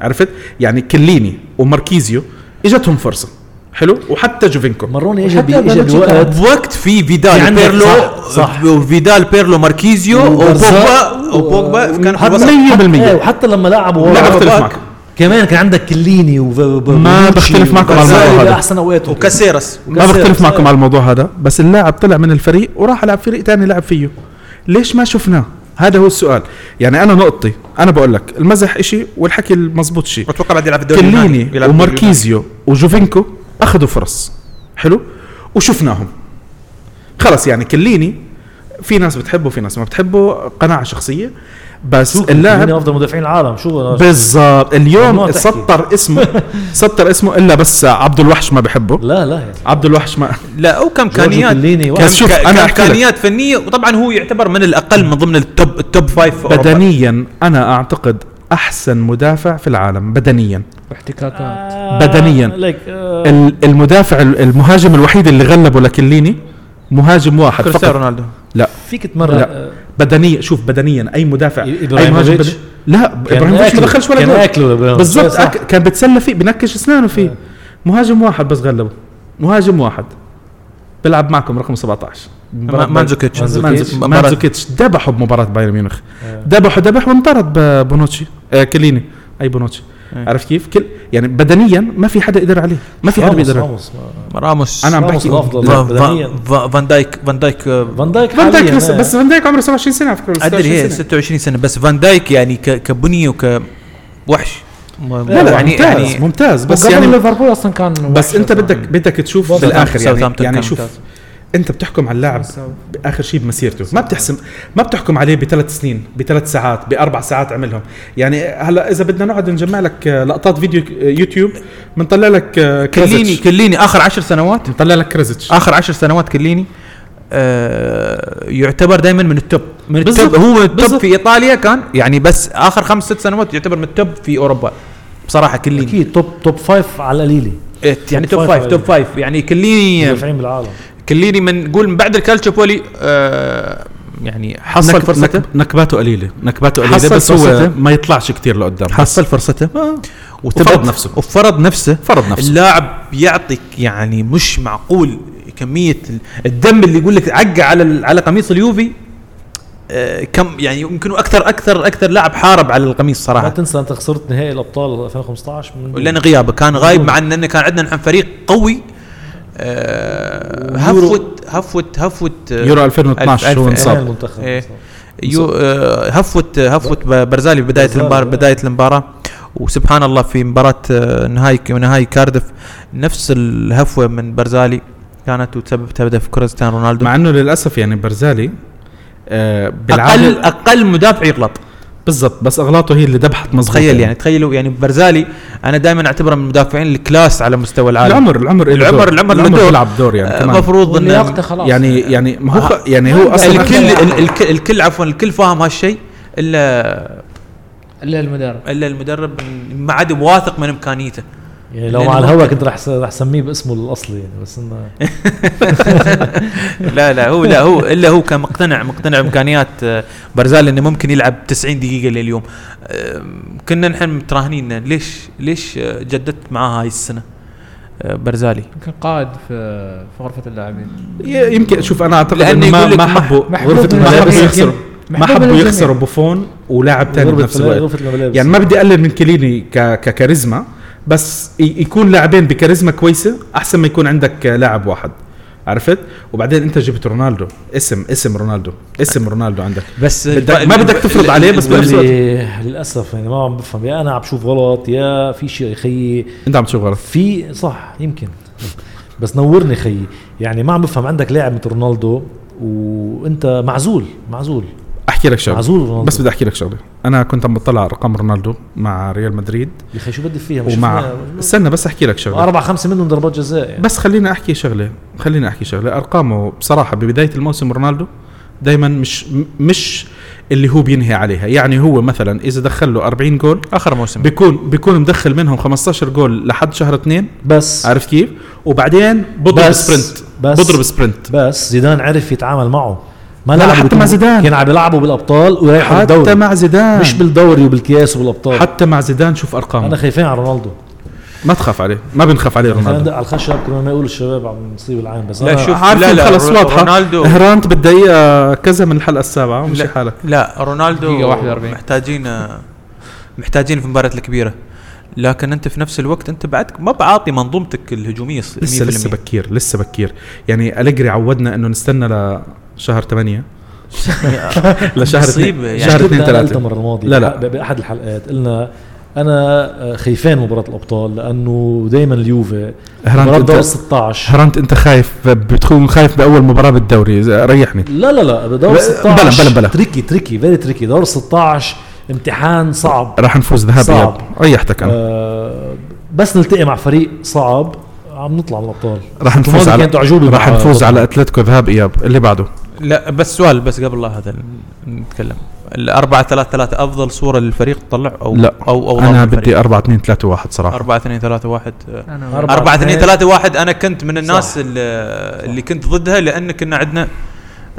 Speaker 1: عرفت يعني كليني وماركيزيو اجتهم فرصه حلو وحتى جوفينكو
Speaker 4: مروني اجى
Speaker 2: وحتى
Speaker 4: اجى
Speaker 2: بانوتشي
Speaker 4: بوقت
Speaker 3: بوقت في فيدال
Speaker 4: في
Speaker 1: يعني
Speaker 4: عندك-
Speaker 3: بيرلو
Speaker 4: صح، صح.
Speaker 3: وفيدال بيرلو ماركيزيو وبوجبا وبوجبا كان في
Speaker 1: حتى-
Speaker 3: الوسط.
Speaker 1: مية بالمية.
Speaker 4: إيه، وحتى لما لعبوا
Speaker 1: لا
Speaker 4: ورا
Speaker 1: بختلف
Speaker 3: باك.
Speaker 1: معك
Speaker 4: كمان كان عندك كليني وب- ب-
Speaker 1: ما
Speaker 4: بونوتشي
Speaker 1: بختلف معكم على الموضوع
Speaker 4: وبرزالي
Speaker 1: هذا.
Speaker 4: احسن اوقاته
Speaker 3: وكاسيرس
Speaker 1: ما
Speaker 4: كسر-
Speaker 1: بختلف معكم
Speaker 4: كسر.
Speaker 1: على الموضوع هذا بس اللاعب طلع من الفريق وراح لعب فريق تاني لعب فيه ليش ما شفناه هذا هو السؤال يعني انا نقطتي انا بقول لك المزح إشي والحكي المزبوط شيء
Speaker 3: اتوقع بعد يلعب في الدوري اليوناني.
Speaker 1: كليني
Speaker 3: يلعب في الدوري
Speaker 1: وماركيزيو وجوفينكو اخذوا فرص حلو وشفناهم خلص يعني كليني في ناس بتحبه في ناس ما بتحبه قناعه شخصيه بس
Speaker 4: شو اللاعب
Speaker 1: اللاعب
Speaker 4: افضل مدافعين العالم شو
Speaker 1: بالظبط
Speaker 4: ممنوع
Speaker 1: اليوم
Speaker 4: تحكي.
Speaker 1: سطر اسمه سطر اسمه الا بس عبد الوحش ما بحبه
Speaker 4: لا لا يعني.
Speaker 1: عبد الوحش ما
Speaker 3: لا وكامكانيات
Speaker 4: جورجو كليني واحد.
Speaker 1: بس شوف، أنا
Speaker 3: انا
Speaker 1: أحكي لك.
Speaker 3: امكانيات فنيه وطبعا هو يعتبر من الاقل من ضمن التوب التوب فايف في أوروبا.
Speaker 1: بدنيا انا اعتقد احسن مدافع في العالم بدنيا
Speaker 2: واحتكاكات
Speaker 1: بدنياً.
Speaker 4: آه، لك
Speaker 3: أه.
Speaker 4: آه،
Speaker 1: ال- المدافع ال- المهاجم الوحيد اللي غلبه لكليني مهاجم واحد
Speaker 3: كريستيانو
Speaker 1: فقط
Speaker 3: رونالدو
Speaker 1: لا
Speaker 4: فيك آه، تمرق
Speaker 1: لا بدنيا شوف بدنيا اي مدافع
Speaker 4: إي-
Speaker 1: اي
Speaker 4: إبراهيموفيتش؟
Speaker 1: مهاجم بدني- لا ابراهيموفيتش ما
Speaker 4: آكله.
Speaker 1: دخلش ولا
Speaker 4: كان
Speaker 1: جول.
Speaker 4: آكله إبراهيموفيتش.
Speaker 1: بالضبط آه،
Speaker 4: صح.
Speaker 1: أك- كان بتسلى فيه بنكش اسنانه فيه مهاجم واحد بس غلبه مهاجم واحد بيلعب معكم رقم 17
Speaker 3: ما- مانزوكيتش
Speaker 1: مانزوكيتش
Speaker 3: مباراة-
Speaker 1: مانزوكيتش ذبحوا بمباراه بايرن ميونخ ذبحوا ذبح وانطرد ب- بونوتشي آه كليني اي بونوتشي
Speaker 3: إيه.
Speaker 1: عرفت كيف؟ كل يعني بدنيا ما في حدا قدر عليه ما في حدا
Speaker 4: راموس-
Speaker 1: بيقدر عليه
Speaker 4: راموس ما-
Speaker 3: راموس
Speaker 1: أنا عم
Speaker 4: راموس
Speaker 1: بحكي-
Speaker 4: الافضل
Speaker 3: فا-
Speaker 4: بدنيا
Speaker 3: فا- فا- فان دايك فان دايك آه،
Speaker 4: فان دايك
Speaker 1: فان دايك
Speaker 4: حالياً،
Speaker 1: لسه
Speaker 4: آه.
Speaker 1: بس فان دايك عمره 27 سنه على فكره ولا
Speaker 3: ادري
Speaker 1: 26
Speaker 3: هي
Speaker 1: سنة.
Speaker 3: 26 سنه بس فان دايك يعني ك- كبنيه وكوحش
Speaker 1: لا لا يعني ممتاز يعني ممتاز
Speaker 2: بس
Speaker 1: بس
Speaker 2: قبل
Speaker 1: يعني
Speaker 2: ليفربول اصلا كان
Speaker 1: بس انت بدك بدك تشوف
Speaker 3: ساوثهامبتون-
Speaker 1: بالاخر يعني
Speaker 3: ساوثهامبتون
Speaker 1: يعني
Speaker 3: كان
Speaker 1: شوف
Speaker 3: ممتاز.
Speaker 1: انت بتحكم على اللاعب باخر شيء بمسيرته ما بتحسم ما بتحكم عليه بثلاث سنين بثلاث ساعات باربع ساعات عملهم يعني هلا اذا بدنا نقعد نجمع لك آه، لقطات فيديو آه، يوتيوب بنطلع لك آه،
Speaker 3: كليني آه،
Speaker 1: كريزيتش
Speaker 3: كليني اخر عشر سنوات
Speaker 1: بنطلع لك كريزيتش
Speaker 3: اخر عشر سنوات كليني آه يعتبر دائما من التوب من التوب
Speaker 1: بالضبط.
Speaker 3: هو من التوب
Speaker 1: بالضبط.
Speaker 3: في ايطاليا كان يعني بس اخر خمس ست سنوات يعتبر من التوب في اوروبا بصراحه كليني
Speaker 4: اكيد توب توب فايف على القليله
Speaker 3: إيه، يعني توب
Speaker 4: فايف
Speaker 3: فايف توب
Speaker 4: يعني.
Speaker 3: فايف يعني كليني
Speaker 4: مدافعين بالعالم
Speaker 3: كليني من قول من بعد الكالتشوبولي آه يعني حصل
Speaker 1: نك-
Speaker 3: فرصته
Speaker 1: نك- نكباته قليله نكباته
Speaker 3: حصل
Speaker 1: قليله بس هو
Speaker 3: فرصته.
Speaker 1: ما يطلعش كثير لقدام
Speaker 3: حصل فرصته
Speaker 1: وفرض نفسه.
Speaker 3: وفرض نفسه
Speaker 1: فرض نفسه.
Speaker 3: اللاعب يعطيك يعني مش معقول كميه ال- الدم اللي يقول لك عقه على ال- على قميص اليوفي آه، كم يعني يمكن اكثر اكثر اكثر لاعب حارب على القميص
Speaker 1: آه.
Speaker 4: ما
Speaker 3: صراحه
Speaker 4: تنسى انت خسرت نهائي الابطال 2015 من
Speaker 3: لان غيابه كان غايب مع ان كان عندنا نحن فريق قوي آه،
Speaker 1: يورو.
Speaker 3: هفوت هفوت هفوت آه،
Speaker 1: يورو 2012
Speaker 3: ألف-
Speaker 1: هو
Speaker 3: ألف-
Speaker 1: انصاب.
Speaker 4: نهائي المنتخب
Speaker 3: إيه. يو آه، هفوت هفوت ب- برزالي في بدايه
Speaker 4: برزالي،
Speaker 3: المباراه
Speaker 4: آه.
Speaker 3: بدايه المباراه وسبحان الله في مباراه آه، نهائي نهائي كاردف نفس الهفوه من برزالي كانت وتسببت هدف كريستيانو رونالدو
Speaker 1: مع انه للاسف يعني برزالي آه
Speaker 3: اقل
Speaker 1: بالعاده
Speaker 3: اقل مدافع يغلط
Speaker 1: بالضبط بس اغلاطه هي اللي ذبحت مظبوط
Speaker 3: تخيل يعني تخيلوا يعني برزالي انا دائما اعتبره من المدافعين الكلاس على مستوى العالم
Speaker 1: العمر العمر له
Speaker 3: العمر-
Speaker 1: دور.
Speaker 3: العمر له
Speaker 1: العمر
Speaker 3: دور.
Speaker 1: بيلعب دور يعني
Speaker 3: آه،
Speaker 1: كمان
Speaker 3: المفروض
Speaker 2: واللياقته
Speaker 3: ان
Speaker 2: خلاص
Speaker 1: يعني يعني ما هو
Speaker 3: آه.
Speaker 1: يعني هو اصلا
Speaker 3: الكل
Speaker 2: الكل-
Speaker 3: الكل الكل عفوا الكل فاهم هالشيء الا
Speaker 2: الا المدرب
Speaker 3: الا المدرب ما عاد واثق من امكانيته
Speaker 4: يعني لو
Speaker 3: لأنه
Speaker 4: مع
Speaker 3: ممكن-
Speaker 4: الهوا كنت رح س- رح سميه باسمه الاصلي يعني بس انه
Speaker 1: إيه
Speaker 3: لا لا هو لا هو الا هو كان مقتنع مقتنع بامكانيات آه، برزال انه ممكن يلعب 90 دقيقه لليوم آه، كنا نحن متراهنين إنه ليش ليش آه، جددت معاه هاي السنه آه، برزالي
Speaker 2: يمكن قائد في في غرفه اللاعبين
Speaker 1: ي- يمكن شوف انا اعتقد
Speaker 3: لأنه
Speaker 1: انه ما,
Speaker 3: يقول لك
Speaker 1: ما
Speaker 3: مح-
Speaker 1: حبوا
Speaker 2: محبوب
Speaker 1: غرفه
Speaker 2: من
Speaker 1: الملابس
Speaker 2: الجميع.
Speaker 1: يخسروا ما
Speaker 2: محبوب من
Speaker 1: حبوا
Speaker 2: الجميع.
Speaker 1: يخسروا بوفون ولاعب ثاني
Speaker 4: غرفة
Speaker 1: بنفس
Speaker 4: الملا-
Speaker 1: الوقت
Speaker 4: غرفة الملابس
Speaker 1: يعني ما بدي اقلل من كليني ك- ككاريزما بس ي- يكون لاعبين بكاريزما كويسه احسن ما يكون عندك لاعب واحد عرفت وبعدين انت جبت رونالدو اسم اسم رونالدو اسم رونالدو عندك
Speaker 3: بس
Speaker 1: بدك- ما بدك تفرض عليه، بس
Speaker 3: بنفس
Speaker 1: بنفس
Speaker 3: الوقت-
Speaker 4: اللي للاسف يعني ما عم بفهم يا انا عم بشوف غلط يا في شيء خيي
Speaker 1: انت عم تشوف غلط
Speaker 4: في صح يمكن بس نورني خيي يعني ما عم بفهم عندك لاعب مثل رونالدو وانت معزول معزول
Speaker 1: احكي لك شغله
Speaker 4: معزول رونالدو
Speaker 1: بس بدي احكي لك شغله انا كنت عم بطلع رقم رونالدو مع ريال مدريد
Speaker 4: يا اخي شو بدي فيها مش
Speaker 1: ومع
Speaker 4: شفنا-
Speaker 1: استنى بس احكي لك شغله
Speaker 4: اربع خمسه منهم ضربات جزاء يعني.
Speaker 1: بس خلينا احكي شغله خلينا احكي شغله ارقامه بصراحه ببدايه الموسم رونالدو دائما مش م- مش اللي هو بينهي عليها يعني هو مثلا اذا دخل له 40 جول
Speaker 3: اخر موسم
Speaker 1: بيكون بيكون مدخل منهم 15 جول لحد شهر اثنين
Speaker 4: بس
Speaker 1: عارف كيف وبعدين بضرب
Speaker 4: بس-
Speaker 1: سبرنت
Speaker 4: بس-
Speaker 1: بضرب سبرنت
Speaker 4: بس زيدان عرف يتعامل معه ما
Speaker 1: لا،
Speaker 4: لعب
Speaker 1: حتى
Speaker 4: بكم-
Speaker 1: مع زيدان.
Speaker 4: كان عم يلعبوا بالابطال ويريحوا
Speaker 1: حتى
Speaker 4: بالدوري
Speaker 1: مع زيدان
Speaker 4: مش بالدوري وبالكاس وبالابطال
Speaker 1: حتى مع زيدان شوف ارقامه
Speaker 4: انا خايفين على رونالدو
Speaker 1: ما تخاف عليه ما بنخاف عليه
Speaker 4: خلينا
Speaker 1: رونالدو
Speaker 4: ندق على الخشب كمان ما يقولوا الشباب عم نصيب العين بس
Speaker 3: لا،
Speaker 4: أنا
Speaker 3: شوف.
Speaker 1: عارف
Speaker 3: لا، لا،
Speaker 1: خلص
Speaker 3: رو-
Speaker 1: واضحه
Speaker 3: رونالدو-
Speaker 1: هرانت بالدقيقه كذا من الحلقه السابعه ومشي
Speaker 3: لا.
Speaker 1: حالك
Speaker 3: لا
Speaker 2: دقيقة
Speaker 3: رونالدو
Speaker 2: 41.
Speaker 3: محتاجين آه، محتاجين في المباريات الكبيره لكن انت في نفس الوقت انت بعدك ما بعاطي منظومتك الهجوميه
Speaker 1: لسه
Speaker 3: 100%.
Speaker 1: لسه بكير لسه بكير يعني أليجري عودنا انه نستنى لشهر 8 لشهر
Speaker 3: مصيبة
Speaker 1: اثنين-
Speaker 3: يعني.
Speaker 1: شهر
Speaker 4: شهر
Speaker 1: 2
Speaker 4: ثلاثة
Speaker 1: 3
Speaker 4: المرة الماضية
Speaker 1: لا، لا.
Speaker 4: بأ- بأحد الحلقات قلنا أنا آه، خايفان مباراة الأبطال لأنه دايما اليوفي
Speaker 1: هرانت
Speaker 4: مباراة
Speaker 1: أنت-
Speaker 4: دور 16
Speaker 1: هرنت انت خايف بتكون خايف باول مباراه بالدوري ز- ريحني
Speaker 4: لا لا لا دور
Speaker 1: بلا-
Speaker 4: 16
Speaker 1: بلا- بلا.
Speaker 4: تريكي تريكي فيري تريكي دور 16 امتحان صعب
Speaker 1: راح نفوز ذهاب
Speaker 4: صعب.
Speaker 1: اياب ريحتك انا
Speaker 4: آه، بس نلتقي مع فريق صعب عم نطلع من الابطال
Speaker 1: راح نفوز
Speaker 4: الماضي
Speaker 1: على
Speaker 4: كانت آه، عجوبه
Speaker 1: راح
Speaker 4: مع
Speaker 1: نفوز
Speaker 4: دورتموند.
Speaker 1: على اتلتيكو ذهاب اياب اللي بعده
Speaker 3: لا بس سؤال بس قبل لا هذا نتكلم الأربعة ثلاثة ثلاثة أفضل صورة للفريق تطلع أو
Speaker 1: لا
Speaker 3: أو أو
Speaker 1: انا
Speaker 3: ضرب الفريق.
Speaker 1: بدي 4 2 3 1 صراحه
Speaker 3: أربعة اثنين ثلاثة واحد
Speaker 2: انا
Speaker 4: أربعة.
Speaker 3: أربعة اثنين
Speaker 4: اثنين.
Speaker 3: ثلاثة واحد أنا كنت من الناس
Speaker 4: صح.
Speaker 3: اللي, اللي كنت ضدها لأن كنا عندنا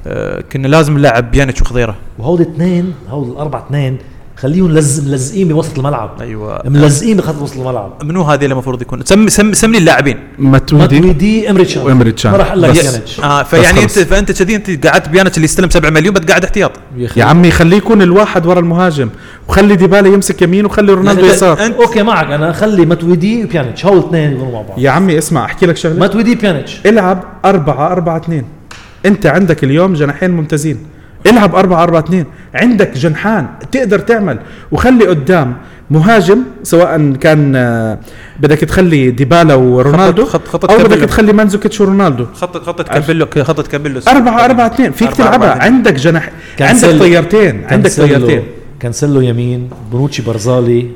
Speaker 3: آه، كنا لازم نلعب بيانيتش وخضيرة
Speaker 4: وهول اثنين هول الاربع اثنين خليهم لز- ملزقين بوسط الملعب
Speaker 3: أيوة
Speaker 4: ملزقين بخط وسط الملعب
Speaker 3: منو هذه اللي المفروض يكون سم سم سم لي اللاعبين
Speaker 1: ماتودي
Speaker 4: ماتويدي امري تشان
Speaker 1: وإمري تشان.
Speaker 4: ما راح اقول لك
Speaker 1: بس-
Speaker 4: يانيتش
Speaker 3: آه فيعني
Speaker 1: خلص.
Speaker 3: أنت فأنت كذي أنت قعدت بيانيتش اللي يستلم 7 مليون بتقعد احتياط
Speaker 1: يا عمي خليه يكون الواحد ورا المهاجم وخلي ديبالا يمسك يمين وخلي رونالدو
Speaker 3: أنت-
Speaker 1: يسار
Speaker 3: أنت
Speaker 4: اوكي معك انا خلي ماتويدي وبيانيتش هول اثنين يكونوا مع بعض
Speaker 1: يا عمي اسمع احكي لك شغله
Speaker 4: ماتويدي بيانيتش
Speaker 1: العب 4 4 2 انت عندك اليوم جناحين ممتازين العب 4 4 2 عندك جنحان تقدر تعمل وخلي قدام مهاجم سواء كان آه، بدك تخلي ديبالا ورونالدو
Speaker 3: خط- خط- خط
Speaker 1: او بدك
Speaker 3: كابيلو.
Speaker 1: تخلي مانزوكيتش ورونالدو
Speaker 3: خطة خطة كابيلو خطة كابيلو
Speaker 1: 4 4 2 فيك
Speaker 3: أربعة-
Speaker 1: تلعبها
Speaker 3: أربعة- اثنين.
Speaker 1: عندك جناح عندك
Speaker 4: كانسيلو.
Speaker 1: طيارتين عندك طيارتين
Speaker 4: كانسيلو يمين بنوتشي برزالي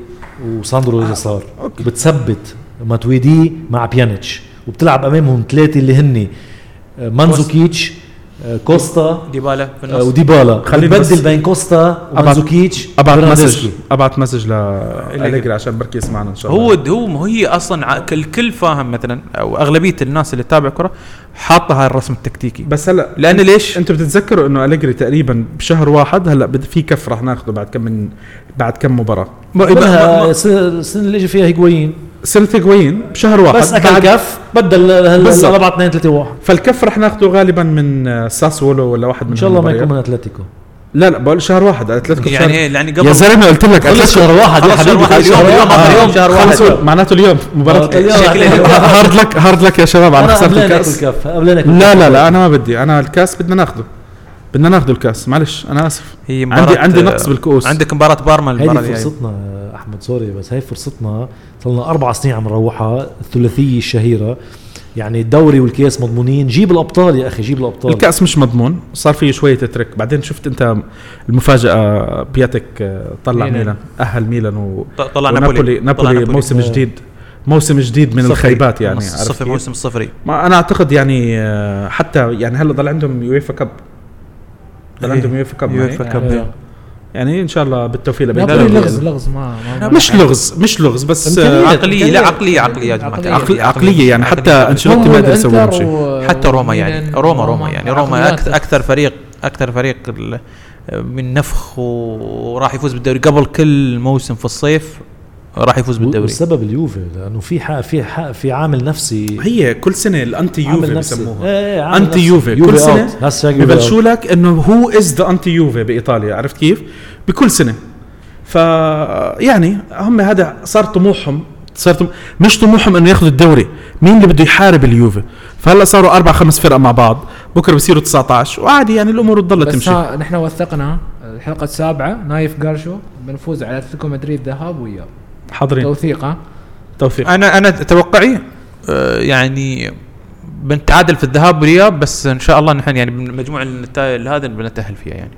Speaker 4: وساندرو
Speaker 1: آه،
Speaker 4: يسار بتثبت ماتويدي مع بيانيتش وبتلعب امامهم ثلاثه اللي هن آه، مانزوكيتش آه، كوستا
Speaker 3: ديبالا في
Speaker 4: آه،
Speaker 3: النص
Speaker 4: وديبالا
Speaker 1: خلينا
Speaker 4: خلينا
Speaker 1: بس-
Speaker 4: بين كوستا ومانزوكيتش
Speaker 1: ابعت مسج
Speaker 4: وفرناندسكي.
Speaker 1: ابعت مسج ل أليجري عشان بركي يسمعنا ان شاء الله
Speaker 3: هو هو ما هي اصلا ع- كل كل فاهم مثلا او اغلبيه الناس اللي تتابع كره حاطه هاي الرسم التكتيكي
Speaker 1: بس هلا
Speaker 3: لان ليش؟
Speaker 1: انتم بتتذكروا انه اليجري تقريبا بشهر واحد هلا بد- في كف رح ناخده بعد كم من بعد كم مباراه
Speaker 4: منها الس- السنه اللي اجى فيها هيجوين
Speaker 1: سنه هيجوين بشهر واحد
Speaker 4: بس اكل
Speaker 1: بعد-
Speaker 4: كف بدل هلا
Speaker 1: بالظبط.
Speaker 4: 4 2 3 1
Speaker 1: فالكف رح ناخده غالبا من آه، ساسولو ولا واحد من
Speaker 4: ان شاء الله ما
Speaker 1: هالمباريات.
Speaker 4: يكون من اتلتيكو
Speaker 1: لا لا بقول شهر واحد اتلتيكو
Speaker 3: يعني
Speaker 1: شهر-
Speaker 3: إيه؟ يعني
Speaker 1: يا
Speaker 3: قبل
Speaker 1: زلمه قلت لك
Speaker 4: خلص شهر واحد يا
Speaker 3: خلص شهر
Speaker 4: حبيبي
Speaker 3: واحد،
Speaker 4: خلص
Speaker 3: اليوم-
Speaker 4: شهر
Speaker 3: اليوم-
Speaker 4: واحد.
Speaker 3: اليوم- شهر واحد.
Speaker 1: خلصوا معناته اليوم مباراه
Speaker 4: آه، اليوم.
Speaker 1: هارد لك هارد لك يا شباب على
Speaker 4: انا
Speaker 1: خساره
Speaker 4: قبلانك
Speaker 1: الكاس
Speaker 4: الكف قبلانك
Speaker 1: لا
Speaker 4: الكف.
Speaker 1: لا لا انا ما بدي انا الكاس بدنا ناخده بدنا ناخده الكاس معلش انا اسف
Speaker 3: هي
Speaker 1: عندي عندي نقص بالكؤوس
Speaker 3: عندك مباراه بارما المباراه
Speaker 4: هذه
Speaker 3: الجايه
Speaker 4: فرصتنا آه، احمد سوري بس هاي فرصتنا صرنا اربع سنين عم نروحها الثلاثيه الشهيره يعني الدوري والكاس مضمونين جيب الابطال يا اخي جيب الابطال
Speaker 1: الكاس مش مضمون صار فيه شويه ترك بعدين شفت انت المفاجاه بياتك آه، طلع
Speaker 2: ميلان.
Speaker 1: ميلان اهل ميلان و...
Speaker 3: ط- طلع
Speaker 1: ونابولي
Speaker 3: نابولي طلع
Speaker 1: نابولي موسم
Speaker 4: آه.
Speaker 1: جديد موسم جديد من
Speaker 3: صفري.
Speaker 1: الخيبات يعني
Speaker 3: نص-
Speaker 1: عرفت
Speaker 3: صفر
Speaker 1: كيف؟
Speaker 3: موسم صفري
Speaker 1: ما انا اعتقد يعني آه، حتى يعني هلا ضل عندهم يويفا كاب ضل
Speaker 3: إيه.
Speaker 1: عندهم يويفا كاب
Speaker 3: يويفا
Speaker 1: يعني.
Speaker 3: كاب
Speaker 4: آه.
Speaker 1: يعني ان شاء الله بالتوفيق لبيت
Speaker 2: نابولي لغز لغز ما, ما
Speaker 1: مش لغز مش لغز بس آه،
Speaker 4: إمكانيات.
Speaker 3: عقليه لا عقليه عقليه يا جماعه
Speaker 2: عقلية.
Speaker 1: عقل- عقليه يعني حتى انشيلوتي ما قدر يسوي لهم شيء
Speaker 3: حتى روما يعني روما روما يعني روما أكثر, اكثر فريق اكثر فريق ال- من نفخ وراح يفوز بالدوري قبل كل موسم في الصيف راح يفوز بالدوري
Speaker 4: والسبب اليوفي لانه في حق في حق في عامل نفسي
Speaker 1: هي كل سنه الانتي
Speaker 4: عامل
Speaker 1: يوفي
Speaker 4: نفسي.
Speaker 1: بسموها
Speaker 4: إيه، إيه، عامل
Speaker 1: أنتي
Speaker 4: نفسي.
Speaker 1: يوفي. كل
Speaker 4: يوفي
Speaker 1: سنة
Speaker 4: أوت. هاش تاج يوفي
Speaker 1: ببلشوا
Speaker 4: أوت.
Speaker 1: لك انه هو از ذا انتي يوفي بايطاليا عرفت كيف؟ بكل سنه ف يعني هم هذا صار طموحهم صار طم... مش طموحهم انه ياخذوا الدوري مين اللي بده يحارب اليوفي فهلا صاروا اربع خمس فرق مع بعض بكره بصيروا 19 وعادي يعني الامور تضلها
Speaker 2: بس
Speaker 1: تمشي
Speaker 2: ها نحن وثقنا الحلقه السابعه نايف جارشو بنفوز على اتلتيكو مدريد ذهاب واياب
Speaker 1: حاضرين
Speaker 2: توثيقه
Speaker 1: توفيق
Speaker 3: انا انا توقعي آه، يعني بنتعادل في الذهاب والاياب بس ان شاء الله نحن يعني من مجموع النتائج هذا بنتاهل فيها يعني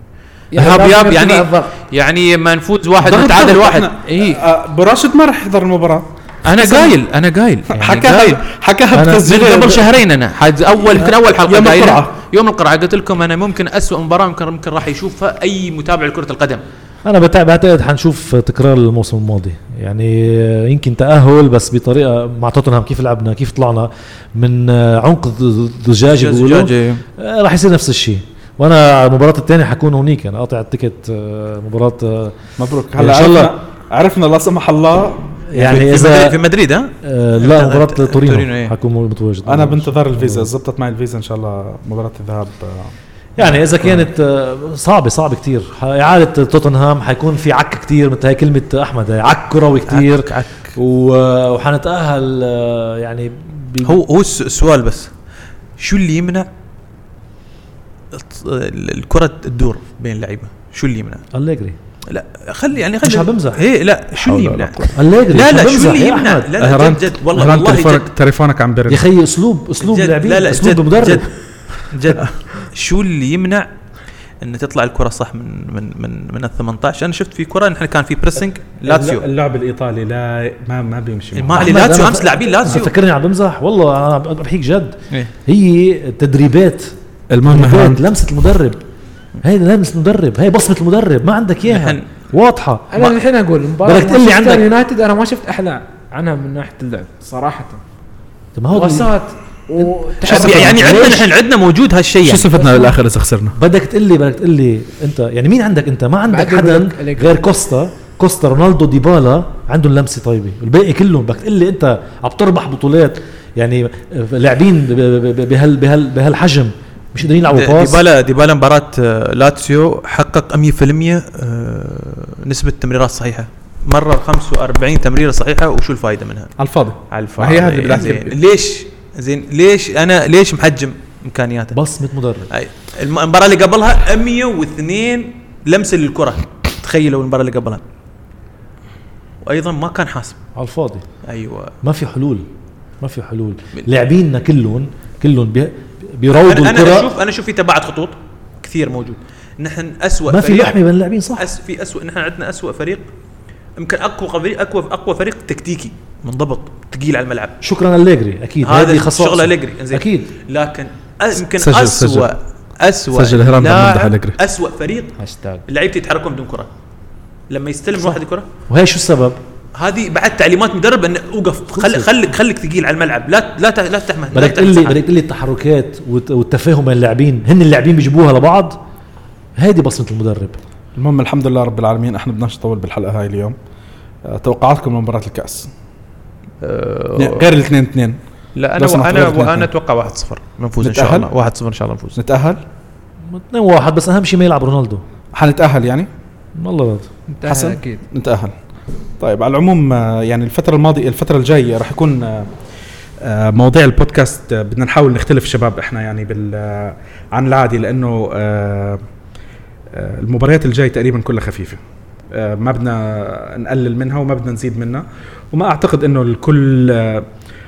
Speaker 3: ذهاب
Speaker 2: لازم
Speaker 3: واياب
Speaker 2: نرجع
Speaker 3: يعني
Speaker 2: الضغط.
Speaker 3: يعني ما نفوز واحد
Speaker 1: ضغط
Speaker 3: نتعادل
Speaker 1: ضغط
Speaker 3: واحد إيه.
Speaker 1: إحنا.
Speaker 3: اي
Speaker 1: آه، براشد ما راح يحضر المباراه
Speaker 3: انا قايل انا قايل يعني قايل.
Speaker 1: حكاها حكاها
Speaker 4: أنا-
Speaker 1: بتسجيل
Speaker 3: من قبل شهرين انا حد اول يمكن اول حلقه
Speaker 1: يوم
Speaker 3: قايلة.
Speaker 1: القرعة.
Speaker 3: يوم القرعه قلت لكم انا ممكن اسوء مباراه يمكن يمكن راح يشوفها اي متابع لكره القدم
Speaker 4: انا بتع- بعتقد حنشوف تكرار الموسم الماضي يعني يمكن تاهل بس بطريقه مع توتنهام كيف لعبنا كيف طلعنا من آه، عمق الز- الزجاجه بيقولوا
Speaker 3: زجاجة.
Speaker 4: آه، راح يصير نفس الشيء وانا على المباراه الثانيه حكون هونيك انا قاطع التيكت آه، مباراه آه،
Speaker 1: مبروك
Speaker 4: إن
Speaker 1: هلا
Speaker 4: شاء الله.
Speaker 1: عرفنا عرفنا لا سمح الله
Speaker 4: يعني
Speaker 3: في مدريد- في
Speaker 4: اذا
Speaker 3: مدريد ها
Speaker 4: آه، لا مباراه
Speaker 3: تورينو، إيه.
Speaker 4: تورينو حكون متواجد
Speaker 1: انا بنتظر الفيزا زبطت معي الفيزا ان شاء الله مباراه الذهاب آه،
Speaker 4: يعني اذا كانت آه، صعبه صعبه كتير ح- اعاده توتنهام حيكون في عك كتير مثل هي كلمه احمد هي عك كروي كتير
Speaker 3: عك- عك.
Speaker 4: و- آه، وحنتاهل آه، يعني ب-
Speaker 3: هو هو الس- السؤال بس شو اللي يمنع الت- ال- الكرة تدور بين اللعيبة شو اللي يمنع؟
Speaker 4: أليجري
Speaker 3: لا خلي يعني خلي
Speaker 4: مش عم بمزح.
Speaker 3: ايه لا شو اللي يمنع؟
Speaker 4: أليجري
Speaker 3: لا
Speaker 4: مش
Speaker 3: لا
Speaker 4: بمزح
Speaker 3: شو اللي
Speaker 4: يا
Speaker 3: يمنع؟
Speaker 4: أحمد.
Speaker 3: لا لا جد جد والله
Speaker 1: هران
Speaker 3: والله
Speaker 1: تليفونك
Speaker 3: جد
Speaker 1: تليفونك عم
Speaker 4: يا
Speaker 1: برن
Speaker 4: اخي اسلوب اسلوب
Speaker 3: جد،
Speaker 4: لاعبين
Speaker 3: لا لا
Speaker 4: اسلوب
Speaker 3: جد
Speaker 4: مدرب
Speaker 3: جد جد شو اللي يمنع ان تطلع الكرة صح من من من من ال 18 انا شفت في كرة نحن كان في بريسنج لاتسيو
Speaker 1: اللعب الايطالي لا ما ما بيمشي
Speaker 3: ما
Speaker 1: معه.
Speaker 3: علي
Speaker 4: أحمد،
Speaker 3: لاتسيو
Speaker 4: أنا
Speaker 3: امس
Speaker 4: ف-
Speaker 3: لاعبين لاتسيو
Speaker 4: فكرني عم بمزح والله انا عم بحكيك جد
Speaker 3: إيه.
Speaker 4: هي تدريبات
Speaker 1: المهم هران
Speaker 4: تدريبات لمسه المدرب هي لمسه المدرب هي بصمه المدرب ما عندك اياها
Speaker 3: نحن-
Speaker 4: واضحه
Speaker 2: انا الحين اقول مباراه
Speaker 4: بدك تقول لي
Speaker 2: مانشستر
Speaker 4: عندك-
Speaker 2: يونايتد انا ما شفت احلى عنها من ناحيه اللعب صراحه
Speaker 4: طب ما هو
Speaker 2: وسات
Speaker 4: شو
Speaker 2: وتحرك
Speaker 4: اسمه؟
Speaker 3: يعني عندنا
Speaker 4: ليش؟
Speaker 3: نحن عندنا موجود هالشيء
Speaker 1: شو
Speaker 3: يعني
Speaker 1: استفدنا بالاخر اذا خسرنا؟
Speaker 4: بدك تقول لي بدك تقول لي انت يعني مين عندك انت ما عندك
Speaker 2: بعدين
Speaker 4: حدا
Speaker 2: بدك أليجري.
Speaker 4: غير كوستا كوستا رونالدو ديبالا عندهم لمسه طيبه الباقي كلهم بدك تقول لي انت عم تربح بطولات يعني لاعبين ب- ب- ب- بهال بهال بهالحجم مش قادرين يلعبوا
Speaker 3: د-
Speaker 4: باص
Speaker 3: ديبالا ديبالا مباراة آه، لاتسيو حقق 100% آه، نسبة تمريرات صحيحة مرر 45 تمريرة صحيحة وشو الفائدة منها؟
Speaker 1: على الفاضي
Speaker 3: على
Speaker 1: ما هي هذه اللي بدي
Speaker 3: زين
Speaker 1: أحكي.
Speaker 3: ليش؟ زين ليش انا ليش محجم امكانياته؟
Speaker 4: بصمه مدرب
Speaker 3: أي. الم- المباراة اللي قبلها 102 لمسة للكرة تخيلوا المباراة اللي قبلها وايضا ما كان حاسب
Speaker 4: على الفاضي
Speaker 3: ايوه
Speaker 4: ما في حلول ما في حلول
Speaker 3: من-
Speaker 4: لاعبيننا كلهم كلهم بي- بيروضوا
Speaker 3: انا أنا
Speaker 4: الكره
Speaker 3: اشوف انا اشوف في تباعد خطوط كثير موجود نحن اسوء
Speaker 4: ما في
Speaker 3: فريق-
Speaker 4: لحمه بين اللاعبين صح
Speaker 3: أس في اسوء نحن عندنا اسوء فريق يمكن اقوى فريق اقوى اقوى فريق تكتيكي منضبط ثقيل على الملعب
Speaker 4: شكرا أليجري اكيد
Speaker 3: هذا
Speaker 4: هذه خصائصه
Speaker 3: شغل أليجري، إنزين.
Speaker 4: اكيد
Speaker 3: لكن أ- يمكن
Speaker 1: سجل-
Speaker 3: اسوء
Speaker 1: سجل.
Speaker 3: اسوء
Speaker 1: سجل هرام عم يمدح
Speaker 3: لاعب،
Speaker 1: أليجري.
Speaker 3: اسوء فريق
Speaker 2: هاشتاج
Speaker 3: اللعيبه يتحركون بدون كره لما يستلم واحد الكره
Speaker 4: وهي شو السبب
Speaker 3: هذه بعد تعليمات مدرب انه اوقف خل خليك خليك ثقيل على الملعب لا لا ت- لا تحمل لا
Speaker 4: بدك تقول لي
Speaker 3: تحمل.
Speaker 4: بدك تقول لي التحركات والت- والتفاهم بين اللاعبين هن اللاعبين بيجيبوها لبعض هيدي بصمه المدرب
Speaker 1: المهم الحمد لله رب العالمين احنا بدناش نطول بالحلقه هاي اليوم آه، توقعاتكم لمباراه الكاس
Speaker 3: أه،
Speaker 1: غير الاثنين اثنين
Speaker 3: لا
Speaker 1: بس
Speaker 3: انا انا
Speaker 1: نتغلب
Speaker 3: وانا
Speaker 1: اثنين.
Speaker 3: اتوقع 1-0 بنفوز ان شاء
Speaker 1: نتأهل؟
Speaker 3: الله 1-0 ان شاء الله نفوز
Speaker 1: نتاهل
Speaker 4: اثنين واحد بس اهم شيء ما يلعب رونالدو
Speaker 1: حنتاهل يعني
Speaker 4: والله راضي
Speaker 1: حسن؟
Speaker 2: حسن اكيد
Speaker 1: نتأهل طيب على العموم آه، يعني الفترة الماضية الفترة الجاية راح يكون آه، آه، مواضيع البودكاست آه، بدنا نحاول نختلف شباب احنا يعني بال آه، عن العادي لأنه آه، آه، المباريات الجاية تقريبا كلها خفيفة آه، ما بدنا نقلل منها وما بدنا نزيد منها وما أعتقد أنه الكل آه،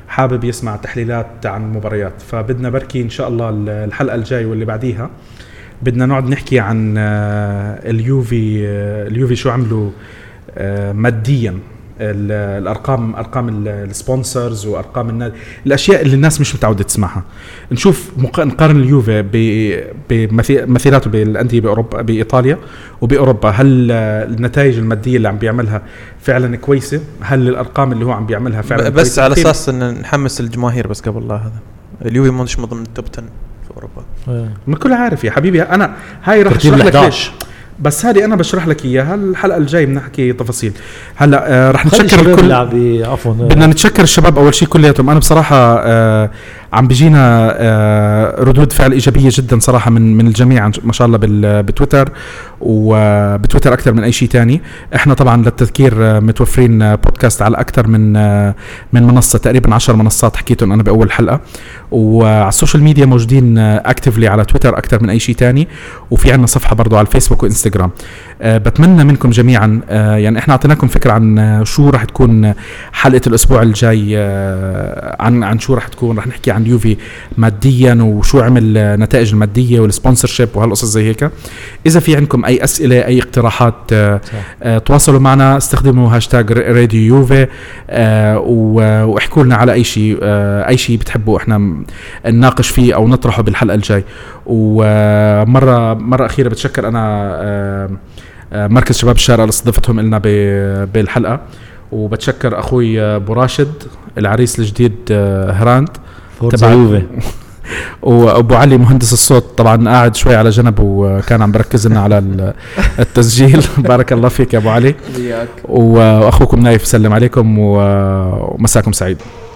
Speaker 1: حابب يسمع تحليلات عن المباريات فبدنا بركي إن شاء الله الحلقة الجاية واللي بعديها بدنا نقعد نحكي عن آه، اليوفي آه، اليوفي شو عملوا آه، ماديا ال- الارقام ارقام ال- السبونسرز وارقام النادي الاشياء اللي الناس مش متعوده تسمعها نشوف مق- نقارن اليوفي ب- بمثيلاته بالانديه باوروبا بايطاليا وباوروبا هل آه، النتائج الماديه اللي عم بيعملها فعلا كويسه هل الارقام اللي هو عم بيعملها فعلا
Speaker 3: ب- بس
Speaker 1: كويسة؟
Speaker 3: على
Speaker 1: كتير
Speaker 3: اساس ان نحمس الجماهير بس قبل لا هذا اليوفي مش من ضمن التوب 10 في اوروبا
Speaker 1: ما كل عارف يا حبيبي انا هاي راح
Speaker 4: ترتيب
Speaker 1: اشرح لك
Speaker 4: 11
Speaker 1: ليش بس هذه انا بشرح لك اياها الحلقه الجاي بنحكي تفاصيل هلا آه رح نتشكر الكل
Speaker 4: الكل عفوا
Speaker 1: بدنا نتشكر الشباب اول شيء كلياتهم انا بصراحه آه عم بيجينا آه ردود فعل ايجابيه جدا صراحه من من الجميع عن- ما شاء الله بال- بتويتر وبتويتر اكثر من اي شيء تاني احنا طبعا للتذكير آه، متوفرين آه، بودكاست على اكثر من آه من منصه تقريبا 10 منصات حكيتهم انا باول حلقه وعلى آه، السوشيال ميديا موجودين اكتفلي على تويتر اكثر من اي شيء تاني وفي عندنا صفحه برضو على الفيسبوك وانستغرام آه، بتمنى منكم جميعا آه، يعني احنا اعطيناكم فكره عن آه، شو راح تكون حلقه الاسبوع الجاي آه، عن عن شو راح تكون راح نحكي عن اليوفي ماديا وشو عمل آه، نتائج الماديه والسبونسرشيب وهالقصص زي هيك اذا في عندكم اي اسئله اي اقتراحات آه، آه، تواصلوا معنا استخدموا هاشتاج راديو يوفي آه، و- واحكوا لنا على اي شيء آه، اي شيء بتحبوا احنا م- نناقش فيه او نطرحه بالحلقه الجاي ومره مره اخيره بتشكر انا آه، آه، مركز شباب الشارع اللي استضفتهم لنا ب- بالحلقه وبتشكر اخوي آه، ابو راشد العريس الجديد آه، هراند
Speaker 4: فورتزا
Speaker 1: تبع-
Speaker 4: يوفي
Speaker 1: وابو علي مهندس الصوت طبعا قاعد شوي على جنب وكان عم بركز لنا على ال- التسجيل بارك الله فيك يا ابو علي
Speaker 2: وياك
Speaker 1: واخوكم نايف سلم عليكم و- ومساكم سعيد